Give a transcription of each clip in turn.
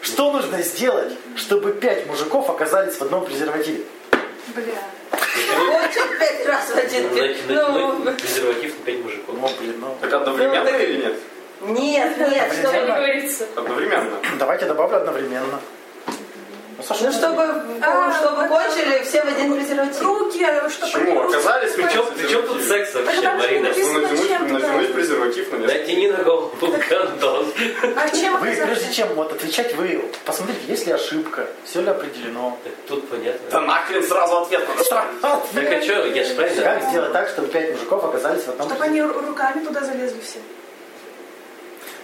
Что нужно сделать, чтобы пять мужиков оказались в одном презервативе? Бля. Очень пять раз в один пи- Ну, Натянуть презерватив на пять мужиков. Ну, блин, ну... Так одновременно Ну, так- или нет? нет, А нет, Что не чтобы... говорится. Одновременно. Давайте добавлю одновременно. Ну, Саша, Ну, чтобы, А, чтобы вот это- кончили все в один презерватив. Руки, а чтобы... Почему? Оказались Ты мы чё, ты чё тут секс вообще, Потому что Марина? написано- Ну, натянуть, Зачем туда? натянуть презерватив на место. Натяни на голову гондон. А чем Вы, прежде оказались? чем вот отвечать, вы посмотрите, есть ли ошибка, все ли определено. Тут Да понятно. нахрен сразу ответ надо. Так а чё, я ж Как правильно? сделать так, чтобы пять мужиков оказались в одном Чтобы презервативе? они ру- руками туда залезли все.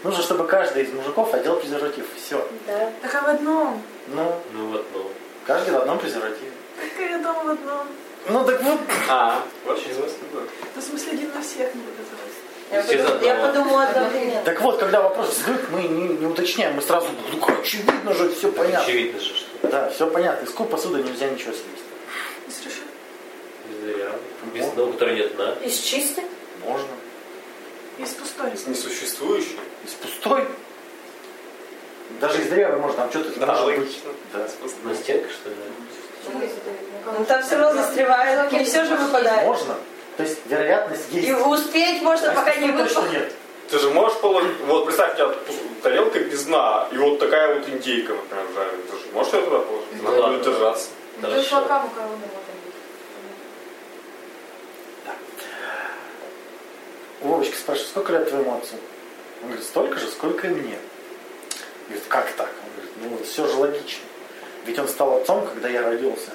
Нужно, чтобы каждый из мужиков одел презерватив. Все. Да. Так а в одном? Ну, Ну вот, ну. каждый в одном презервативе. Так я дома в одном. Ну так вот. А, вообще ясно. Да в смысле один на всех не будет этого. Я, Все подум- я заодно. подумала одновременно. Так вот, когда вопрос взрыв, мы не, не уточняем, мы сразу, ну как, очевидно же, все Так понятно. Очевидно же, что Да, все понятно. Из куб посуды нельзя ничего съесть. Не совершенно. без дыря, без ну, у которой нет дна. Из чистых? Можно. Из пустой. Из несуществующих. Из пустой. Даже из дырявой можно, там что-то Да, может быть. логично. Да, На спасибо. стенка, что ли? Ну, там все равно застревает, не все же выпадает. Можно. То есть вероятность есть. И успеть можно, А из пока не пустой точно выпадет. нет. Ты же можешь положить... Вот представь, у тебя пу- тарелка без дна, и вот такая вот индейка, например, жареная. Ты же можешь ее туда положить? Да Надо ладно. будет держаться. Да Ты вообще. пока у кого работаешь. Вовочка спрашивает, сколько лет твоему отцу? Он говорит, столько же, сколько и мне. И говорит, как так? Он говорит, ну вот все же логично. Ведь он стал отцом, когда я родился.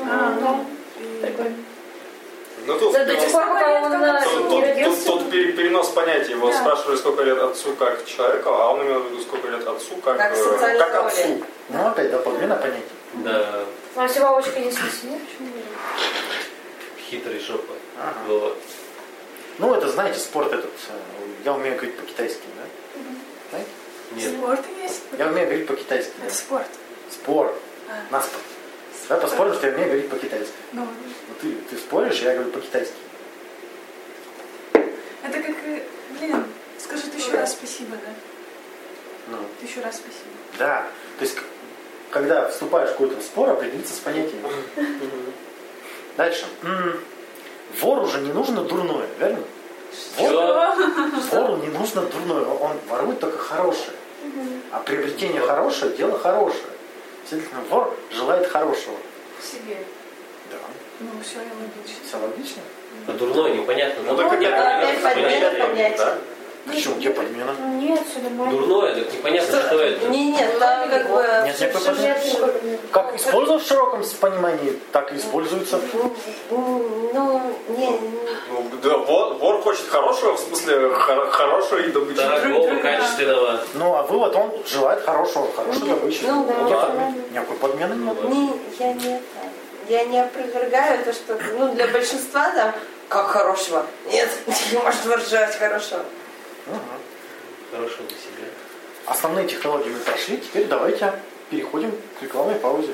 А, ну. И- Ну, тут, Да, до типа, тех пор, пока он Сколько Тут, э, тут- не тут- родился. тут пере- перенос понятий. Его Да. спрашивали, сколько лет отцу как человеку, а он имел в виду, сколько лет отцу как, Как э, социальной как роли. отцу. Ну опять, да, половина понятий. Да, А если бабочка не спросила, почему не родилась? хитрый жопа. Ага. Вот. Ну это, знаете, спорт этот, э, я умею говорить по-китайски, да? Знаете? Нет. Спорт есть? Я умею говорить по-китайски, да. Это спорт. Спор. А. На спор. Давай поспорим, что я умею говорить по-китайски. Ну, Ну, ты, ты споришь, я говорю по-китайски. это как... э, Блин, скажи тысячу раз спасибо, да? Ну, Тысячу раз спасибо. да. То есть, к- когда вступаешь в какой-то спор, определиться с понятиями. Дальше. М, Вору же не нужно дурное, верно? Вору, Чё? вору не нужно дурное. Он ворует только хорошее. А приобретение Вот. хорошее – дело хорошее. Следовательно, вор желает хорошего. Себе. Да. Ну, все, я логично. Все логично? А дурное, непонятно. Ну, да? так опять да, опять понятно, подмена, понятно, понятие. да? Почему? Где подмена? Ну нет, все нормально. Дурное, так непонятно, что это. Не, нет, там как бы... Нет, всё- никакой всё же- Как используют в широком понимании, так и используется. Ну, ну, не, не- Ну, да, вор, вор хочет хорошего, в смысле, хор- хорошей добычи. Дорогого, качественного. Ну, а вывод, он желает хорошего, хорошего добычи. ну, да, Где да. подмена? Никакой подмены нет. не, Ну, я не это. Я не опровергаю то, что ну, для большинства там, как хорошего. Нет, не может выражать хорошего. Мгм. Хорошего для себя. Основные технологии мы прошли, теперь давайте переходим к рекламной паузе.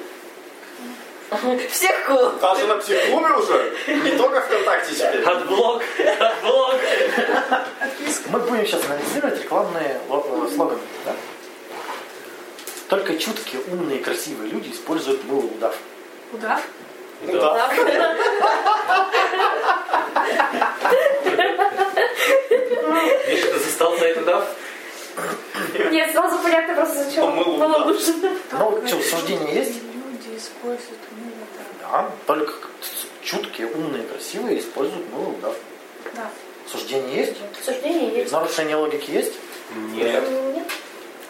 Всех клуб. Даже на психуме уже, не только ВКонтакте теперь. Отблок, отблок. Мы будем сейчас анализировать рекламные ло- э, слоганы. да? Только чуткие, умные, красивые люди используют мыло удав. Куда? Ну да. Я что-то застал на это, да? Нет, сразу понятно просто А зачем. мыло, да. Было лучше. Ну, что, суждение есть? Люди используют мыло, Да, только ц- чуткие, умные, красивые используют мыло удав. да. Да. Суждение есть? Суждение есть. Нарушение логики есть? Нет. Нет.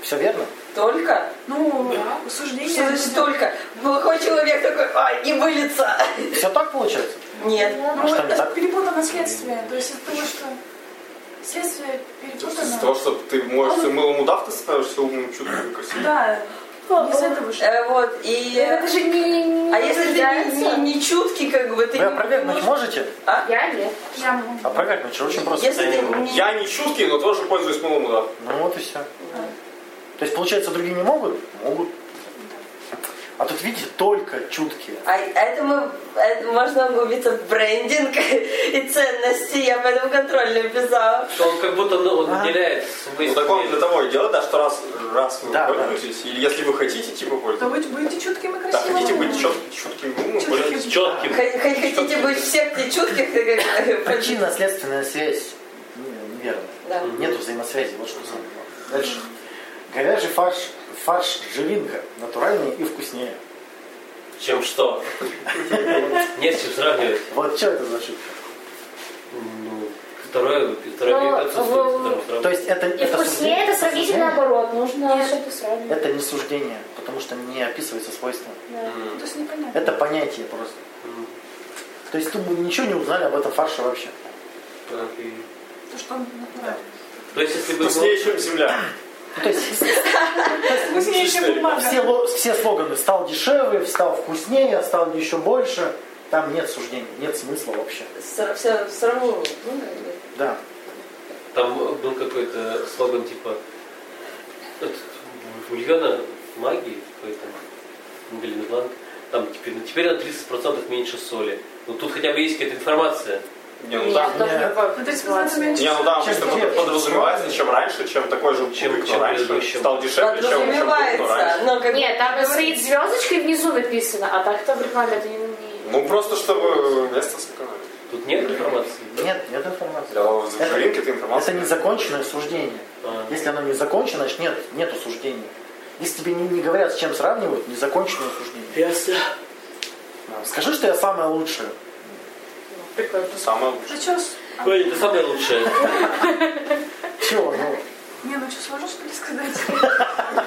Все верно? Только? Ну, суждение... Что значит только? Плохой человек такой, а, не вылится. Все так получается? Нет. Ну, А что не это так? перепутано следствие. То есть от того, что следствие Что Из-за того, перепутано. что ты моешься мылом удав, ты становишься умным, чутким и красивым. Да, из этого же. Э, Вот, и... Это же не... не А если ты не- утверждается. не, не чуткий, как бы, ты Вы не опровергнуть можете? Я нет. Я могу. Опровергнуть же очень просто. Если ты не... Я не чуткий, но тоже пользуюсь мылом удав. Ну вот и все. То есть, получается, другие не могут? Могут. А тут, видите, только чуткие. А это мы, это можно углубиться в брендинг и ценности. Я об этом контрольную писала. Что он как будто ну, он Ага. уделяет Ну, смысл. так вам для того и дело, да, что раз, раз вы Да, да. пользуетесь, или если вы хотите, типа, То пользуетесь. вы будете чутким и Да, красивым. хотите быть чет- чутким умом, Чутким. пользуйтесь. Четким. Х- х- Хотите быть в секте чутких? как- э, Причинно-следственная связь не- неверная. Да. Нету взаимосвязи, вот что самое главное. Дальше. Говяжий фарш, фарш живинка. Натуральнее и вкуснее. Чем что? Нет, с чем сравнивать. Вот что это за шутка? Ну, второе, Ну, второе век отсутствует. в- второе- второе. То есть это, И это вкуснее суждение- это сравнить суждение? наоборот. Нужно что-то сравнивать. Это не суждение, потому что не описывается свойство. Да. Ну, То есть непонятно. Это понятие просто. М, То есть мы ничего не узнали об этом фарше вообще. так и- То, что он натуральный. То есть, если бы... Вкуснее, чем земля. Ну, то есть Вкуснее, чем все, бумага. ло- все слоганы стал дешевле, стал вкуснее, стал еще больше. Там нет суждений, нет смысла вообще. Сра- Все в сравнении. Ну, да. Да. Там был какой-то слоган типа этот, бульона магии какой-то, блин, бланк. Там теперь, ну, теперь на 30% меньше соли. Ну тут хотя бы есть какая-то информация. Не, ну да. там не Ну, то есть, называется, меньше. Не, ну да, Чем обычно где? подразумевается, чем раньше, чем такой же Чем- кубик, но чем раньше. предыдущим. Стал дешевле, чем- чем кубик, но Подразумевается. раньше. Но ну, как Нет, там стоит звездочкой внизу написано, а так-то в рекламе это не... не- Ну просто чтобы место сэкономить. Тут нет информации. Нет, нет информации. Для в Это- вечеринке это Это информация. незаконченное суждение. А. Если оно не закончено, значит нет, нету суждения. Если тебе не, не говорят, с чем сравнивают, незаконченное суждение. Ясно. Да. Скажи, что я самое лучшее. Прикольно. Самое лучшее. Причёс- Коля, ты самое лучшее. Чего? Ну, Не, ну что, сложно что ли сказать?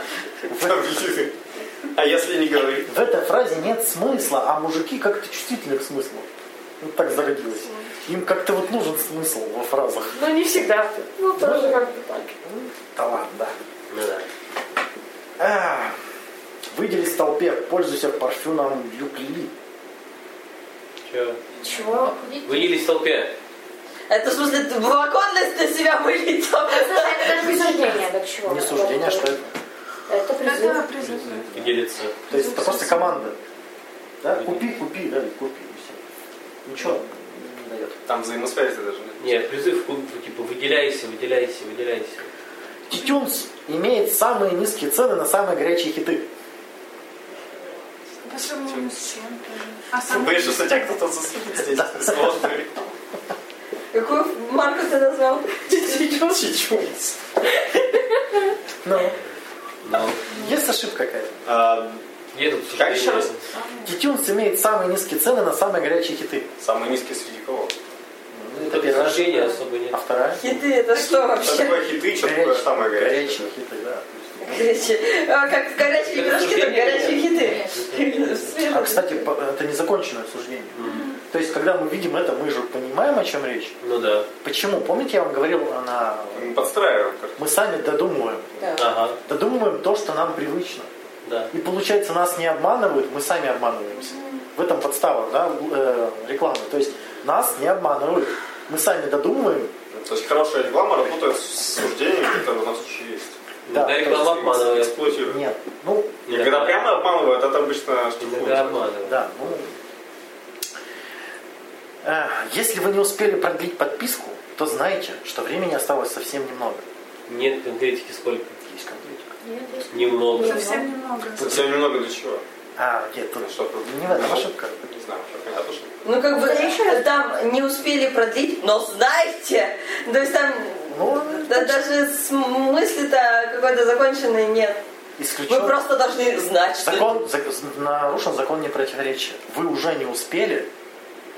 А если не говорить? в этой фразе нет смысла, а мужики как-то чувствительны к смыслу. Вот так зародилось. Им как-то вот нужен смысл во фразах. Ну не всегда. Ну тоже как бы так. Да ладно, да. Ну да. А, Выделись в толпе, пользуйся парфюмом Юкли. Чё? Чего? Выделись в толпе. Это в смысле ты волоконность на себя вылетел. Слушай, это даже не суждение, так чего? Не суждение, а что это? Это призыв. Это призыв. И делится. То есть это просто команда. Да? Купи, купи, да, и купи. и всё. Ничего не дает. Там взаимосвязи даже нет. Нет, призыв, ну, типа, выделяйся, выделяйся, выделяйся. Титюнс имеет самые низкие цены на самые горячие хиты. По сравнению с чем? тоже. А Ты сам боишься, что тебя кто-то засудит здесь? Сложно. Какую марку ты назвал? Чичунс. Но Но Ну, есть ошибка какая-то. А, нет тут Как еще суждения. раз? Титюнс имеет самые низкие цены на самые горячие хиты. Самый низкий среди кого? Ну, Тут суждения особо нет. А вторая? Хиты, это что Что вообще? такое хиты, что такое самое горячее? Горячие хиты, да. Горячие. А, Как горячие Это пирожки, так суждение. горячие А, хиты. кстати, по- это незаконченное суждение. Мгм. То есть, когда мы видим это, мы же понимаем, о чем речь. Ну да. Почему? Помните, я вам говорил, она... Ну, Подстраиваем. мы сами додумываем. Да. Ага. Додумываем то, что нам привычно. Да. И получается, нас не обманывают, мы сами обманываемся. В этом подстава да, э, рекламы. То есть, нас не обманывают. Мы сами додумываем. То есть хорошая реклама работает с суждениями, которые у нас уже есть. Да, Да, реклама обманывает. Эксплуатирует. Нет. Ну, И когда прямо обманывают, это обычно Иногда штука. обманывает. да. Ну, Э, если вы не успели продлить подписку, то знайте, что времени осталось совсем немного. Нет конкретики сколько? Есть конкретика. Нет, есть. Немного. совсем немного. Совсем немного для чего? А, нет, тут Что тут? не в этом ошибка. Не знаю, что понятно, что... Ну, как бы, там не успели продлить, но знаете, то есть там Ну, да, даже мысли-то какой-то законченной нет. Мы исключен. просто должны знать, что... Закон, зак- нарушен закон непротиворечия. Вы уже не успели,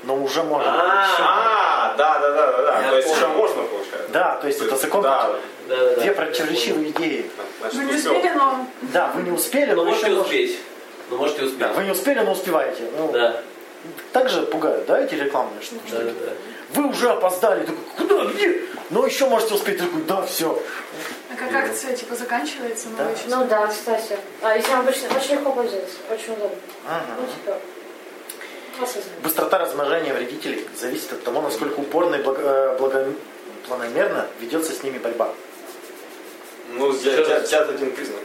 но уже можно. А, да, да, да, да, да. Я То есть понял. еще можно, получается. Да, то есть это закон. Да, Да, да, Две да. противоречивые идеи. значит, Мы Ну, не успел. успели, но Да, вы не успели, Ну, но еще можете можно. успеть. Ну, можете успеть. Да, вы не успели, но успеваете. Ну, Да, Так же пугают, да, эти рекламные ш- да, штуки? да, да. Ну, а Вы уже опоздали. Такой, куда, где? Но еще можете успеть. Такой, да, все. а как акция типа заканчивается, мы Да. еще Ну да, кстати. А если вам обычно очень легко пользоваться, очень удобно. Ну типа. осознанно. Быстрота размножения вредителей зависит от того, насколько упорно и благ- э, благо- планомерно ведется с ними борьба. Ну, Еще раз. взять один признак.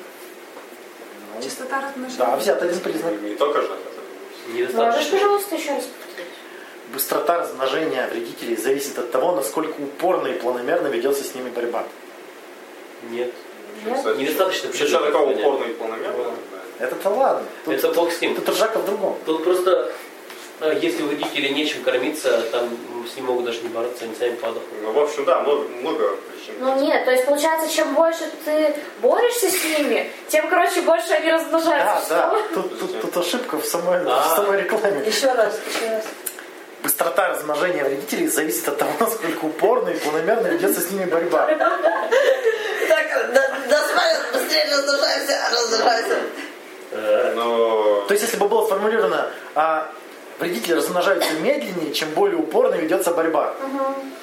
Ну, Ну, Частота размножения. Да, взят один признак. Не только же. Можешь, Недостаточно. Ну, а пожалуйста, еще раз повторить? Быстрота размножения вредителей зависит от того, насколько упорно и планомерно ведется с ними борьба. Нет. Ну, Нет? Недостаточно. Сейчас такого признания. упорный планомерно. Это-то ладно. Тут, Это бог с ним. тут ржака в другом. Тут просто, а, если у родителей нечем кормиться, там м, с ним могут даже не бороться, они сами падают. Ну, в общем, да, много, много причин. Ну нет, то есть получается, чем больше ты борешься с ними, тем, короче, больше они Да, размножаются. да. Тут, тут- тут ошибка в самой, в А. самой рекламе. Еще раз, еще раз. Быстрота размножения вредителей зависит от того, насколько упорно и планомерно ведется с ними борьба. Так, да- досмотрел, быстрее а разрушайся, разрушайся. Э, Но... То есть, если бы было сформулировано, а, вредители размножаются медленнее, чем более упорно ведется борьба.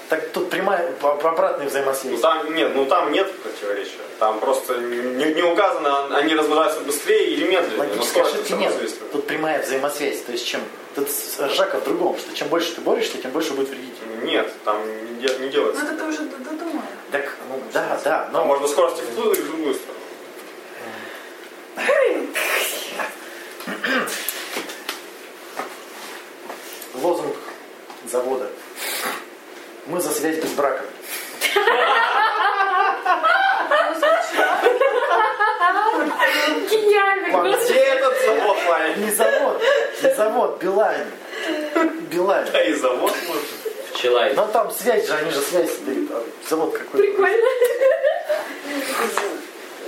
Так тут прямая об- обратная Ну взаимосвязь. там нет, ну там нет противоречия. Там просто не, не указано, они размножаются быстрее или медленнее. но Логической скорость ошибки всё нет. равно известна. Тут прямая взаимосвязь. То есть чем тут с- ржака в другом, что чем больше ты борешься, тем больше будет вредителей. Нет, там не, де- не Ну делается. это ты уже д- додумал. Так, ну да, да, Там но можно скорость и в ту, и в другую сторону. лозунг завода. Мы за связь без брака. Гениально, Ладно. господи. Где этот завод, Ваня? Не завод, не завод, Билайн. Билайн. Да и завод может. Пчела. Но там связь же, они же связь дают. А Завод какой-то. Прикольно.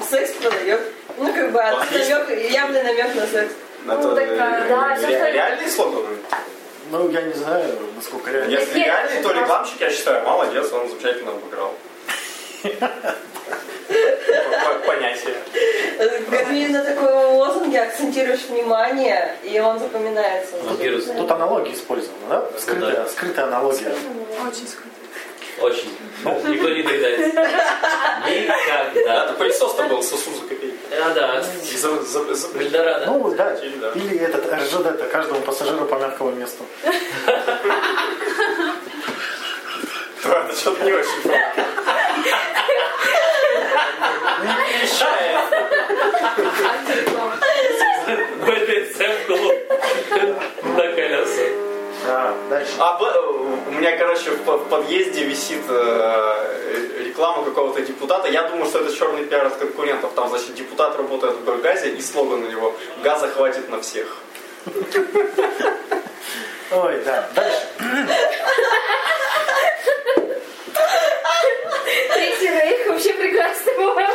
Секс продает. Ну, как бы, а есть- намек, явный намек на секс. Это, Ну, так, да, э, да, всё, ре- что ли? Реальный слоган? Ну, я не знаю, насколько реально. Если нет, а реальный, то просто- рекламщик, я считаю, молодец, он замечательно обыграл. По- по- Понятие. Говорит, на таком лозунге акцентируешь внимание, и он запоминается. Вирус. Тут аналогия использована, да? Скрытая, скрытая аналогия. Очень скрыто. Очень. Никто не догадается. Никогда. Это пылесос-то был с Ису за копейки. А, да. За- за- за- Эльдорадо. Ну да, Или да. или этот РЖД, это каждому пассажиру по мягкому месту. Да, Это что-то не очень правда. Не мешает. БДСМ клуб на колесах. А, дальше. А б- у меня, короче, в по- в подъезде висит э, реклама какого-то депутата. Я думаю, что это черный пиар от конкурентов. Там, значит, депутат работает в Горгазе, и слоган у него «Газа хватит на всех». Ой, да, дальше. Третий рейх вообще прекрасно по-моему.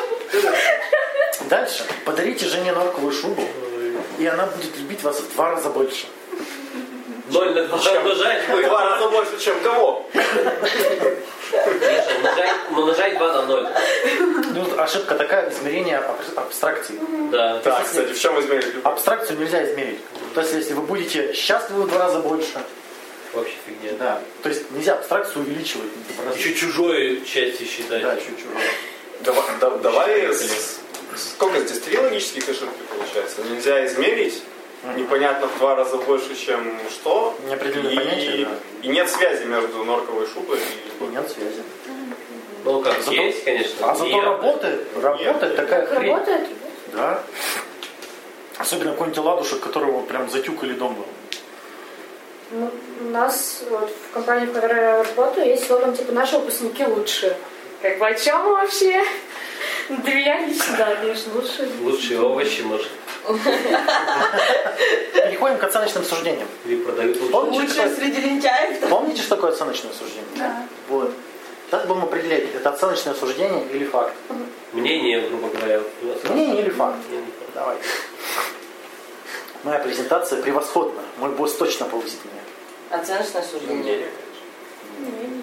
Дальше. Подарите жене норковую шубу, и она будет любить вас в два раза больше. Ноль на два умножать. В ой, Два раза больше, чем кого? Миша, умножай- Умножай два на ноль. Ну, тут ошибка такая, измерение аб- абстракции. Да. Так, кстати, в чем измерили? Абстракцию нельзя измерить. То есть, если вы будете счастливы в два раза больше, Вообще фигня. да. То есть, нельзя абстракцию увеличивать. в разы. Еще чужой части считать. Да, чуть-чуть. Давай, да- давай с- сколько здесь? Три логических ошибки получается. Нельзя измерить. Непонятно в два раза больше, чем что. Неопределенное и, понятие, да. и нет связи между норковой шубой и... И нет связи. Ну как, Зато- есть, конечно. А зато Нет. работает, работает такая Как хрень. работает? Да. Особенно какой-нибудь ладушек, которого прям затюкали дома. Ну, у нас вот, в компании, в которой я работаю, есть слоган типа «Наши выпускники лучшие». Как бы о чем вообще? Ну, Для меня лично, да, конечно, лучше. Лучшие овощи, может. Переходим к оценочным суждениям. Или продают лучше. Помните, Лучше что, среди лентяев. помните, что такое оценочное суждение? Да. Вот. Так будем определять, это оценочное суждение или факт. Мнение, грубо говоря. у нас- Мнение или факт? Давай. Моя презентация превосходна. Мой босс точно повысит меня. Оценочное суждение. Мнение.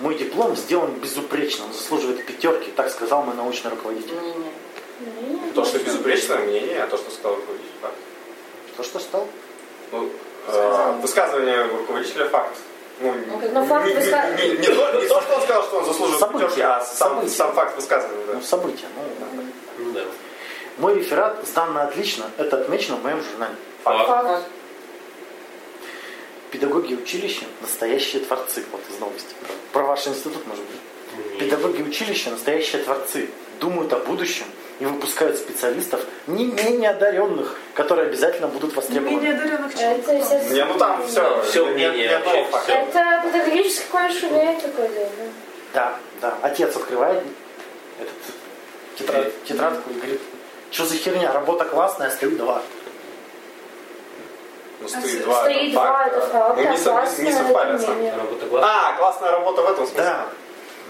Мой диплом сделан безупречно. Он заслуживает пятерки, так сказал мой научный руководитель. Мнение. То, что безупречное мнение, а то, что сказал руководитель, факт. То что стал? Ну, э, высказывание руководителя факт. Ну, как- Но факт не, не- выска- не- не то, не то, что он сказал, что он заслуживает Событие. пятерки, а сам, Событие. сам факт высказывания. да. Ну, событие. Ну, да. Ну да. Мой реферат сдан на отлично. Это отмечено в моем журнале. Факт. Факт. Педагоги училища – настоящие творцы. Вот из новости. Про ваш институт, может быть. Мнение. Педагоги училища – настоящие творцы. Думают о будущем не выпускают специалистов, не менее одаренных, которые обязательно будут Не менее востребованы. одаренных человек. Это, естественно, Не, ну там все. Всё мнение вообще, всё. это педагогический колледж умеет такое делать. да. Да, да. Отец открывает этот тетра- тетрадку и говорит, что за херня, работа классная, стою два. Ну, Стоит стоит два. Стоит это два, факт. это факт, Ну, не а сов- не совпали, классное на самом деле. умение. Работа глаз. А, классная работа в этом смысле. Да.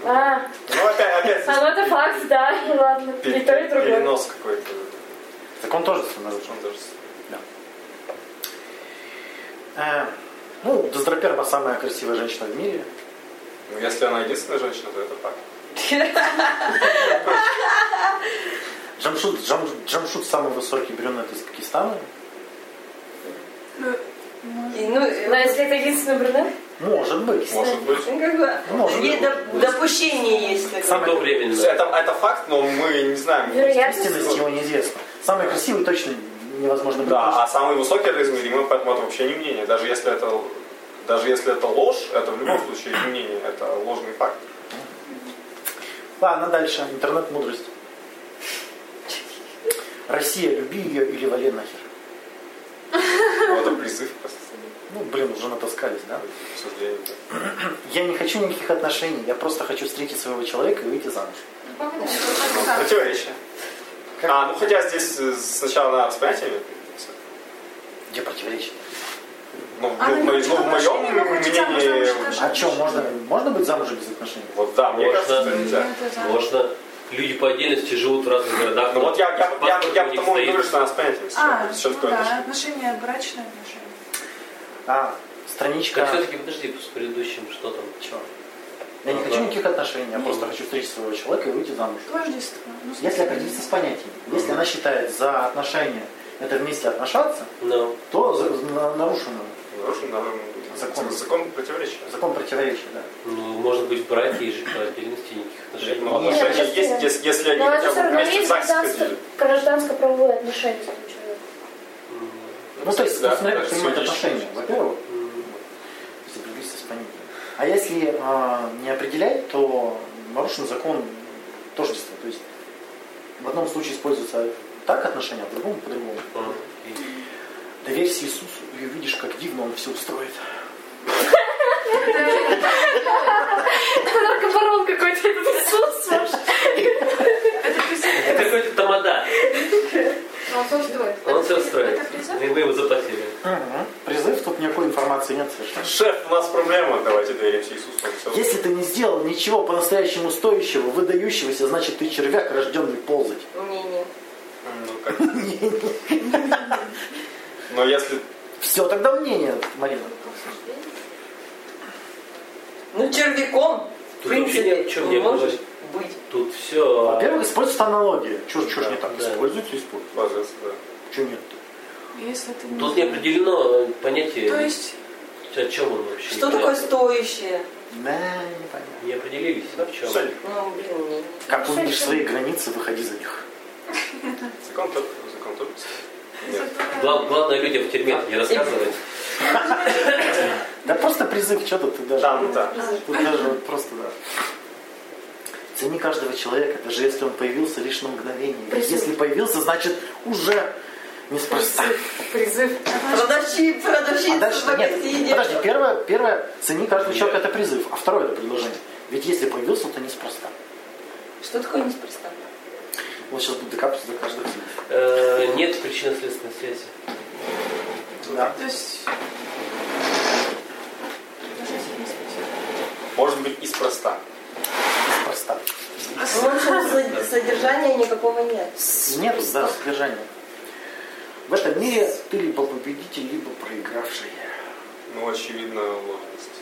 А, Ну, опять, опять а, ну это факт, да, и Ну, ладно, и пер- то, и другое. перенос какой-то. Так он тоже становится. Он даже с- Э, ну, Доздраперма самая красивая женщина в мире. Ну, если она единственная женщина, то это факт. Джамшут, Джам- Джамшут самый высокий брюнет из Пакистана. Ну, ну, И, ну, Но э, если это единственный брюнет, Может быть. Может быть. ну, как бы, Может е- быть. доп- допущение есть такое. Самое то временно. Это, это факт, но мы не знаем. Истинность вероятность... его неизвестна. Самый красивый точно невозможно быть. Да, а самый высокий это измеримый, поэтому это вообще не мнение. Даже если это, даже если это ложь, это в любом случае не мнение, это ложный факт. Ладно, дальше. Интернет-мудрость. Россия, люби ее или вали нахер. Но это призыв просто Ну, блин, уже натаскались, да? обсуждение. Я не хочу никаких отношений, я просто хочу встретить своего человека и выйти замуж. Пакистан. Противоречие. А, ну хотя здесь э, сначала надо с понятиями. Где противоречие? Ну, А ну, на в моей- ну, в любых моем отношениях вы хотите замуж, мнении... замуж, даже. А что, можно, можно быть замужем без отношений? Вот да, мне Можно. кажется, что нельзя. Нет, это- Можно. Люди по отдельности живут в разных городах. Ну но вот я, я, я, я, паспорт у них потому и стоит. говорю, что надо с понятиями. А, сначала. Что ну такое да, отношение? отношения, брачные отношения. А, Так страничка... все-таки подожди с предыдущим, что там? Чё? Я не Ну хочу да. никаких отношений, я просто хочу встретить своего человека и выйти замуж. Вождество. Ну, Если определиться с понятием, если она считает за отношения это вместе отношаться, Ну, то за- на- нарушено Нарушен, нарушен Закон. закон, типа, закон противоречия. закон противоречия, да. ну, может быть, братья и жить по отдельности никаких отношений. Ну, Нет, отношения это- есть, если, если они Но Ну, это хотя все бы равно вместе в есть ЗАГСе гражданско- ходили. гражданско-правовые отношения с этим человеком. Ну, то есть, Да, тут смотря как это понимать всё отношения, лично. во-первых, М, если определиться с понятием. А если а, не определять, то нарушен закон тождества. То есть в одном случае используется так отношения, а в другом по-другому. м, Доверься Иисусу, и увидишь, как дивно Он все устроит. Это наркобарон какой-то, этот Иисус ваш. Это какой-то тамада. Он создает. Он все устроит. Это призыв? И мы его заплатили. Мгм. Призыв, тут никакой информации нет совершенно. Шеф, у нас проблема, давайте доверимся Иисусу. он всё Если ты не сделал ничего по-настоящему стоящего, выдающегося, значит ты червяк, рожденный ползать. Не-не. Ну, как? Но если... Все, тогда мнение, Марина. Ну, червяком, в Тут вообще ни принципе, о не чем не можешь говорить. быть. Тут все... Во-первых, используется аналогия. Чего ж чё ж не так? Да. Используется, используется. Ложится, да. Чего нет? Если ты Тут не определено э, понятие, То есть, о чем он вообще. Что непонятно. такое стоящее? Да, непонятно. Не определились, да, в чем. Все, Ну, блин, не. Как увидишь свои границы, выходи за них. закон только... Закон только... Нет. это- Глав- главное людям в тюрьме не рассказывать. Да просто призыв, что тут ты даже. Да, ну да. Тут даже вот просто да. Цени каждого человека, даже если он появился лишь на мгновение. Ведь если появился, значит уже неспроста. Призыв. Продавщи, продавщица А дальше в нет. магазине. Подожди, первое, первое, цени каждого человека это призыв, а второе это предложение. Ведь если появился, то неспроста. Что такое неспроста? Вот сейчас буду докапываться до каждого слова. Э, Нет причинно-следственной связи. Да. То есть... Может быть, испроста. Неспроста. В общем, со- содержания никакого нет. Нет, да, содержание. В этом мире ты либо победитель, либо проигравший. Ну, очевидно, ложность.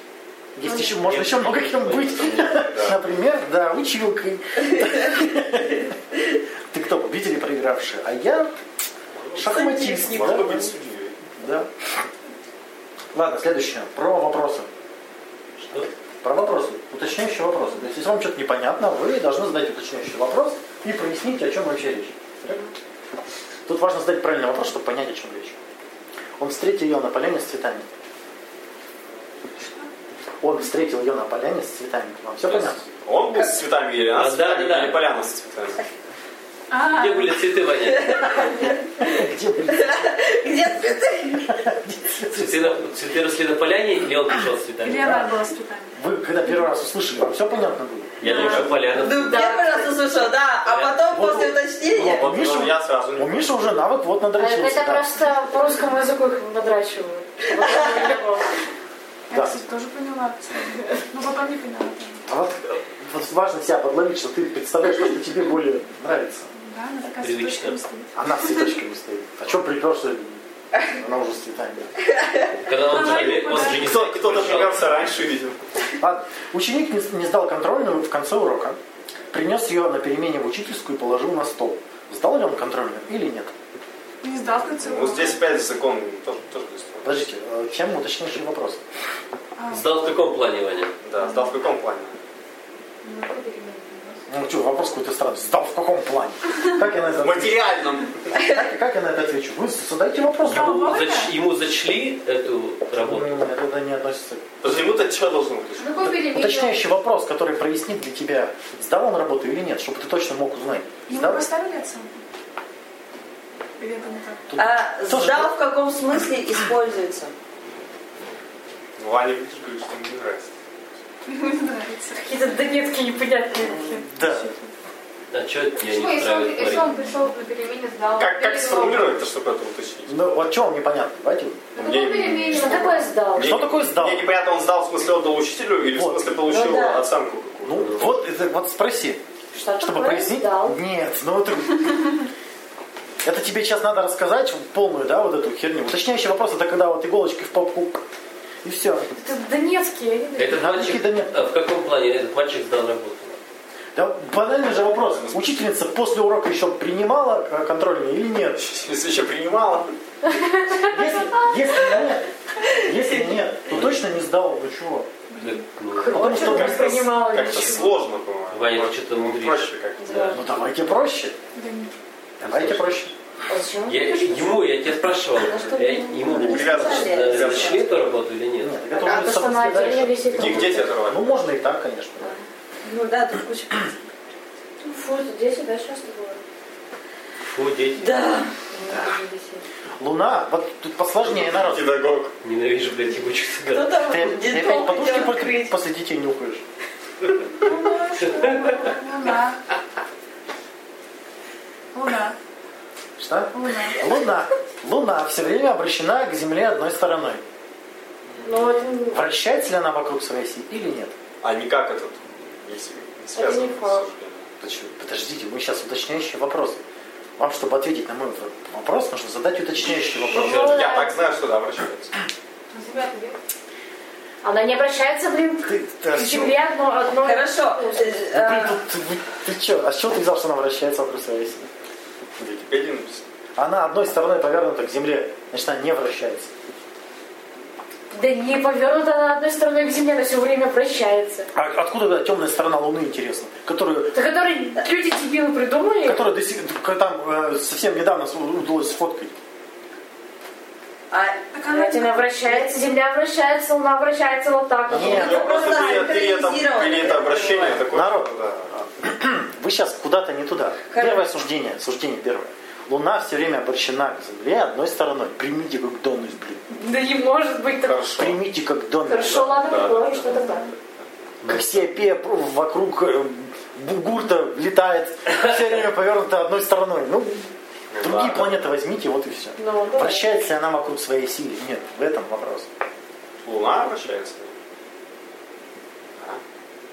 Есть еще, можно еще много кем быть. Да. Например, да, училкой. Ты кто, победитель и проигравший? А я шахматист. Можно да? быть судьей. Да. Ладно, следующее. Про вопросы. Что? Про вопросы. Уточняющие вопросы. То есть, если вам что-то непонятно, вы должны задать уточняющий вопрос и прояснить, о чем вообще речь. Так? Тут важно задать правильный вопрос, чтобы понять, о чем речь. Он встретил ее на поляне с цветами. Он встретил ее на поляне с цветами. Вам все То есть понятно? Он был с цветами или А, она с да, цветами, да, да. или поляна с цветами. А, Где были цветы, Ваня? Где были? Где цветы? Цветы, на- цветы росли на поляне или он пришел с цветами? где она была с цветами? Вы когда первый раз услышали, вам все понятно было? Я думаю, что поляна. Ну, Первый раз услышала, да. А потом Вот, после уточнения... Вот, у Ну, Миши, я сразу у не... Миши уже навык вот надрочился. А Это да. просто по русскому языку их надрачивают. Вот это легко. Я, Да. кстати, тоже поняла. Ну, потом не поняла. А вот, вот важно себя подловить, что ты представляешь то, что тебе более нравится. Да, она такая Привычно. цветочками стоит. Она с цветочками стоит. А чем припер, что она уже с цветами? Когда он уже, он уже не Кто- Кто-то пришел. пригался раньше, видимо. Ладно. Ученик не, не сдал контрольную в конце урока. Принес ее на перемене в учительскую и положил на стол. Сдал ли он контрольную или нет? Не сдал в конце Ну, урока. здесь опять закон тоже, тоже действует. Подождите, э, чем уточняющий вопрос? А, Сдал в каком плане, Ваня? Да, сдал в каком плане? Ну что, вопрос какой-то странный. Сдал в каком плане? Как я на это, Материальном. как, как я на это отвечу? Вы задайте вопрос. Да. Ему, зач- ему зачли эту работу? М, Это не относится к Подожди, ему-то что должно быть? Какой перемен? Уточняющий вопрос, который прояснит для тебя, сдал он работу или нет, чтобы ты точно мог узнать. Ему Сдал? поставили оценку? Или это не так? Тут А тоже- сдал в каком смысле используется? Ну, Ваня, видишь, говорит, что ему не нравится. Не нравится. Какие-то донетки непонятные. Да. А что это меня Ну, не если он, устраивает, если он Марина? пришел на перемене, сдал. Как, как перевел. сформулировать-то, чтобы это уточнить? Ну вот что вам непонятно, давайте. Ну, какой перемене? Что такое сдал? Что такое сдал? Мне непонятно, он сдал в смысле отдал учителю или Вот. в смысле получил Ну да. оценку какую-то? Ну вот, это- вот спроси, Что чтобы такое прояснить. сдал? Нет, ну это... Это тебе сейчас надо рассказать полную, да, вот эту херню. Уточняющий вопрос это когда вот иголочкой в попку и все. Это донецкие. я не знаю. Этот Навыки мальчик, да нет. а в каком плане этот мальчик сдал работу? Да, банальный же вопрос. Учительница после урока еще принимала э, контрольные или нет? Если еще принимала. Если, если нет, если нет, то точно не сдал. Ну чего? Ну, Потому Короче, что не как-то принимала Как-то ничего. сложно, по-моему. Ваня, ты Проще- что-то мудришь. Проще как-то. Да. Ну давайте проще. Да нет. Давайте проще. А зачем? я, ему, я тебя спрашивал, чтобы я, не- ему Не привязывайся. Да, э, зачли не привязывайся. эту работу или нет? Нет, так это А уже то, что на собственно отдельно дальше. висит. Где, где тебя оторвали? Ну можно и так, конечно. Ну да, тут куча... Фу, тут 10, да, часто было. Фу, дети, Да. Луна, вот тут посложнее народ. Ну, Педагог. ненавижу, блядь, типа, ебучих Кто тебя. Ты, там ты опять детдом подушки хотел после, открыть? после детей нюхаешь. Луна. Луна. Что? Луна. Луна. Луна все время обращена к Земле одной стороной. Но вот, м, Вращается ли она вокруг своей оси или нет? А никак этот если не связано. не с факт. суждением. Почему? Подождите, мы сейчас уточняющие вопросы. Вам, чтобы ответить на мой в- вопрос, нужно задать уточняющий вопрос. Ну Я да. так знаю, что да, обращаются. Ребята, я- Она не обращается, блин, к Ты, ты, а к с чего- земле одно, одно. Хорошо. Ну, э, блин, а, ну, ты, ты чё? А с чего ты взял, что она вращается вокруг своей оси? В Википедии написано. Она одной стороной повернута к Земле, значит она не вращается. Да не повернута она одной стороной к земле, она все время вращается. А откуда эта темная сторона Луны, интересно? Которую, Это которые люди дебилы придумали. которая до сих- к- там э, совсем недавно с- удалось сфоткать. а, Так она Она вращается, земля вращается, луна вращается вот так. вот. Нет. Я просто просто пере- пере- синхронизировано, пере- я это так обращение понимаю. такое. Народ. Да. Вы сейчас куда-то не туда. Хорошо. Первое суждение, суждение первое. Луна все время обращена к Земле одной стороной. Примите как донность, блин. Да не может быть так. Хорошо. Примите как донность. Хорошо, ладно, Да. предположим, что это так. Как Сиопия пр- вокруг э, бугурта летает. Все время повернута одной стороной. Ну, другие да. планеты возьмите, вот и все. Ну, да. Вращается ли она вокруг своей оси или нет? В этом вопрос. Луна обращается.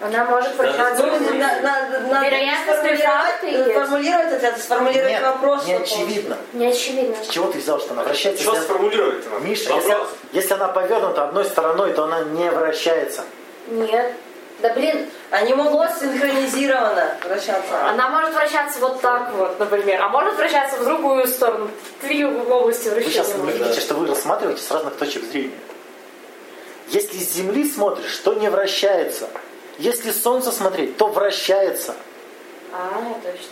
Она может вращаться. ну, на- на- надо Вероятность сформулировать- факты есть. Сформулировать ответ, сформулировать Нет, вопрос. не чтобы он- очевидно. Не очевидно. С чего ты взял, что она вращается? Что если она- сформулировать-то надо? Миша, если, Вопрос. если она повернута одной стороной, то она не вращается. Нет. Да блин, Они могут синхронизированно вращаться. она может вращаться вот так вот, например, а может вращаться в другую сторону. Три области Вы Ну, сейчас вращения. не может. видите, что вы рассматриваете с разных точек зрения. Если с Земли смотришь, то не вращается. Если с Солнца смотреть, то вращается. А, точно.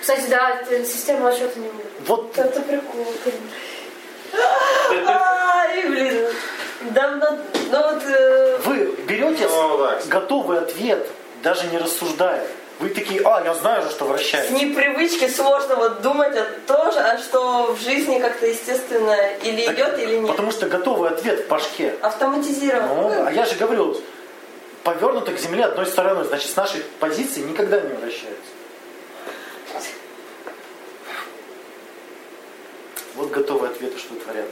Кстати, да, это система отчета не будет. Вот Это прикол, конечно. Ай, блин. Давно, ну вот... э, вы берете Ну, да, кстати. готовый ответ, даже не рассуждая. Вы такие, а, я знаю же, что С вращается. непривычки сложно вот думать о том, же, а что в жизни как-то естественно или Так, идет, или нет. Потому что готовый ответ в башке. Ну, Автоматизировано. а я же говорил, повернуто к земле одной стороной, значит, с нашей позиции никогда не вращается. Вот готовые ответы, что творят.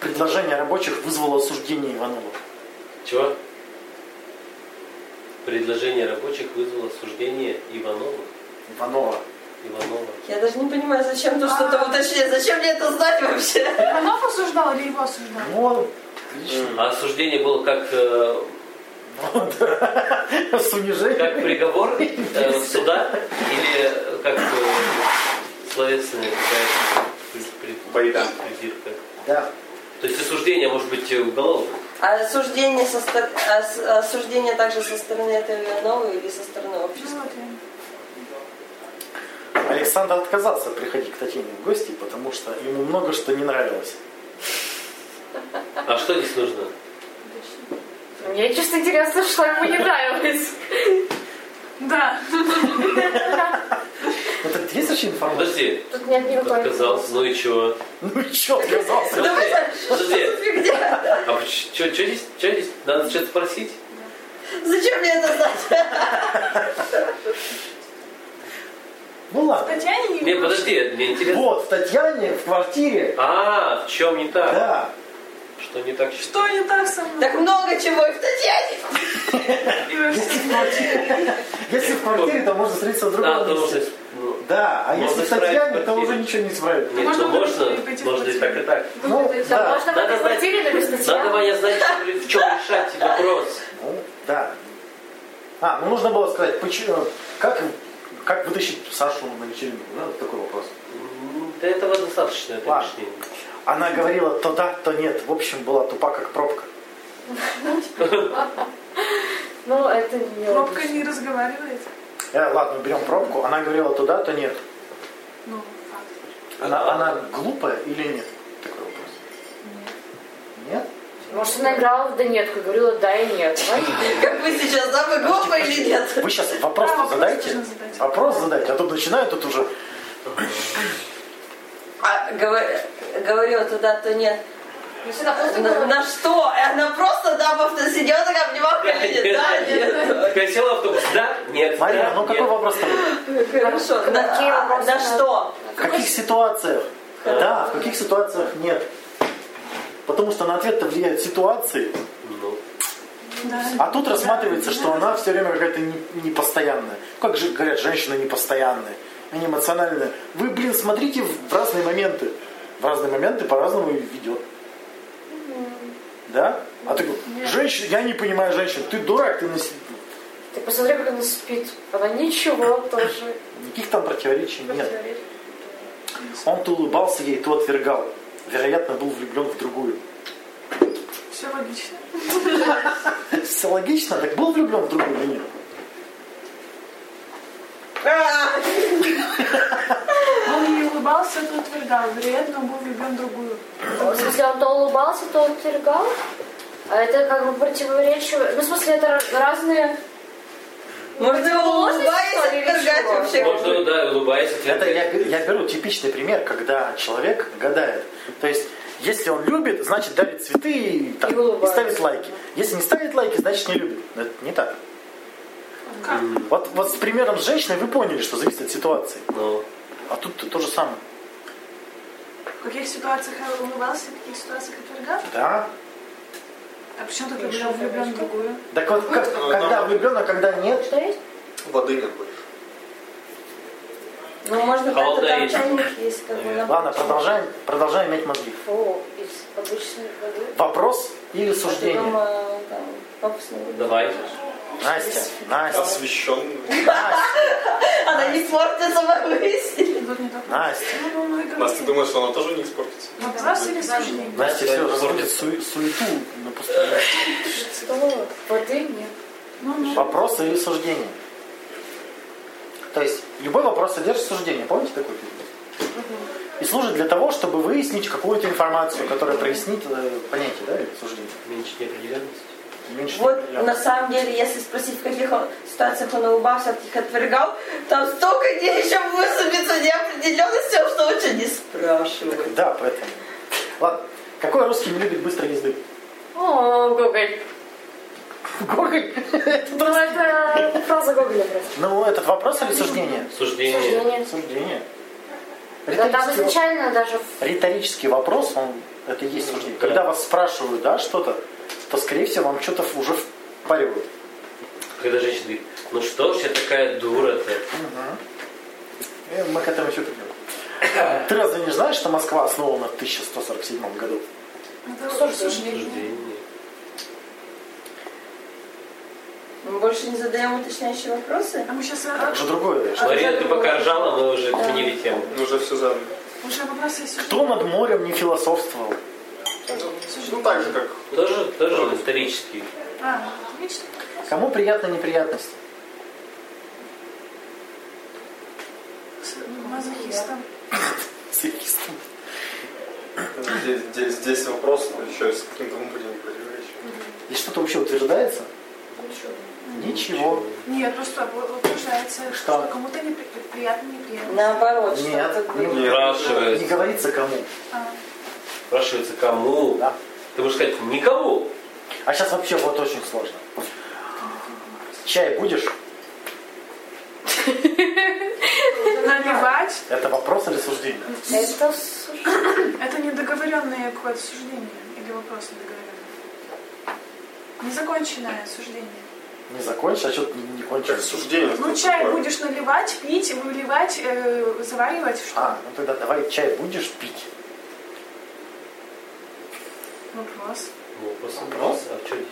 Предложение рабочих вызвало осуждение Иванова. Чего? Предложение рабочих вызвало осуждение Иванова. Иванова. Иванова. Я даже не понимаю, зачем тут А. что-то уточнять, зачем мне это знать вообще? Иванов осуждал или его осуждал? Ну, он, отлично. А осуждение было как, э, С унижением. как приговор э, суда или как э, словесная какая-то при- при- Байда. придирка? Да. То есть осуждение может быть э, уголовным. А осуждение, со стор- ос- осуждение также со стороны этого Иванова или со стороны общества? Вот я. Александр отказался приходить к Татьяне в гости, потому что ему много что не нравилось. А что здесь нужно? Мне, честно, интересно, что ему не нравилось. Да. Ну так есть вообще информация? Подожди, Тут нет никакой... отказался, ну и чего? Ну и чё отказался? Подожди, подожди. Где? А что здесь, чё здесь? Надо что-то спросить? Зачем мне это знать? Ну ладно. Татьяне не Не, подожди, мне интересно. Вот, в Татьяне, в квартире. А, в чем не так? Да. Что не так? считаешь? Что не так со мной? Так много чего и в Татьяне. И во всем. Если в квартире, то можно встретиться в А, другом то месте. можно... ну, Да, а Можно если в исправить Татьяне, то квартиру. уже ничего не исправить. Нет, можно ну можно, будет пойти в можно и так, и так. Ну, Да, да. можно в этой квартире навести Надо, себя. Ваня, знать, что ли, в чем решать вопрос. Ну, да. А, ну нужно было сказать, почему, как, как вытащить Сашу на вечеринку? Да, вот такой вопрос. М, До этого достаточно, это Ладно. лишнее. Она говорила то да, то нет. В общем, была тупа, как пробка. Ну, это не Пробка не разговаривает. Э, ладно, берем пробку. Она говорила то да, то нет. Ну, факт. Она, она глупая или нет? Такой вопрос. Нет? Может, она играла в Донетку и говорила «да» и «нет». Ваня, Как вы сейчас, да, вы глупы или нет? Вы сейчас вопрос Да, вопрос задайте. нужно задать. Вопрос задайте, а то начинают тут уже. А говор- говорила туда, то нет. Ну, сюда просто На, на что? Она просто да, просто сидела такая, обнималка или нет? Да, нет. Такая села в автобус, да? Нет, Марина, да, ну какой нет. вопрос там? Хорошо. На, Какие а, вопросы на надо? что? В каких ситуациях? Да, в каких ситуациях нет? Потому что на ответ-то влияют ситуации. Ну, Да. А тут рассматривается, что она все время какая-то не- непостоянная. Как же говорят, женщины непостоянные, они эмоциональные. Вы, блин, смотрите в в разные моменты. В разные моменты по-разному и ведет. Да? А ты говоришь, женщина, я не понимаю женщин, ты дурак, ты на с- Ты посмотри, как она спит. Она ничего тоже. никаких там противоречий нет. Говорит. Он то улыбался ей, то отвергал. Вероятно, был влюблен в другую. Все логично. Все логично, так был влюблен в другую или нет? А, Он не улыбался, то отвергал. Вероятно, он был влюблен в другую. Ну, В смысле, он то улыбался, то отвергал. А это как бы противоречивое... Ну, в смысле, это ра- разные... Может, его Противоположность, улыбаясь что ли, или отвергать чего? вообще? можно, да, улыбаясь. Это я, я беру типичный пример, когда человек гадает. То есть, если он любит, значит дарит цветы и, там, И улыбается. и ставит лайки. Если не ставит лайки, значит не любит. Но это не так. Как? Вот, вот с примером с женщиной вы поняли, что зависит от ситуации. Ну, А тут то же самое. В каких ситуациях я улыбался, в каких ситуациях отвергал? Да. А почему ты влюблен влюблен в другую? Так вот, как- Ну, когда да. влюблен, а когда нет, Что есть? Воды нет больше. Ну, можно как-то Холодная там речь. чайник есть, как бы на ладно, продолжаем, продолжаем иметь мозги. Фу, из обычной воды. Вопрос или А ты ну, суждение? дома там фокусную? давай. Настя, Настя, Освещенный. Настя, Она не портится, мы выяснили. Тут не так. Настя. Ну, ну, и говори. Настя думает, что она тоже не испортится. Вопрос или суждение? Настя Да, все да, разводит су- суету на пустоту. Что? Воды нет. Ну, ну. Вопрос или суждение? То есть любой вопрос содержит суждение, помните такой фильм? И служит для того, чтобы выяснить какую-то информацию, которая прояснит э, понятие, да, или суждение. Меньше неопределенности. Меньше Вот миллиона. на самом деле, если спросить, в каких он ситуациях он улыбался, а в каких отвергал, там столько где еще высыпется неопределенности, что лучше не спрашивать. Да, поэтому. Ладно. Какой русский не любит быстрой езды? О, Гоголь. Гоголь. Ну, это фраза Гоголя просто. Ну, этот вопрос или суждение? Э, Суждение. Суждение. Суждение. Да там Риторический, изначально даже в риторический вопрос, он, это и есть суждение. Когда вас спрашивают, да, что-то, то, скорее всего, вам что-то уже впаривают. Когда женщина говорит, ну что ж я такая дура-то? Э, Мы к этому еще придем. Ты разве не знаешь, что Москва основана в 1147 году? Это суждение. Суждение. Мы больше не задаем уточняющие вопросы. А мы сейчас... Это же другое. Марина, ты пока ржала, мы уже сменили тему. Ну, уже все задано. Уже вопрос есть Кто над морем не философствовал? Ну, так же, как... Тоже, тоже исторический. А, отлично. Кому приятны неприятности? С мазохистом. Психистам. ну, Здесь, здесь, здесь вопрос еще с каким-то умбрением противоречия. И что-то вообще утверждается? Ничего. Нет, ну просто утверждается, Что? что кому-то непри- приятно, неприятно. Наоборот, Нет, что-то не, не Спрашивается, говорится кому. А, спрашивается кому? Да. Ты можешь сказать, никому. А сейчас вообще вот очень сложно. Чай будешь? Наливать Это вопрос или суждение? Это суждение. Это недоговоренное какое-то суждение или вопрос недоговоренный? Незаконченное суждение. Не закончишь, а что-то не, не Как кончишь. суждение. Ну, чай будешь наливать, пить, выливать, э, заваривать, что? А, ну тогда давай чай будешь пить. Вопрос. Ну, вопрос. Вопрос? А что здесь?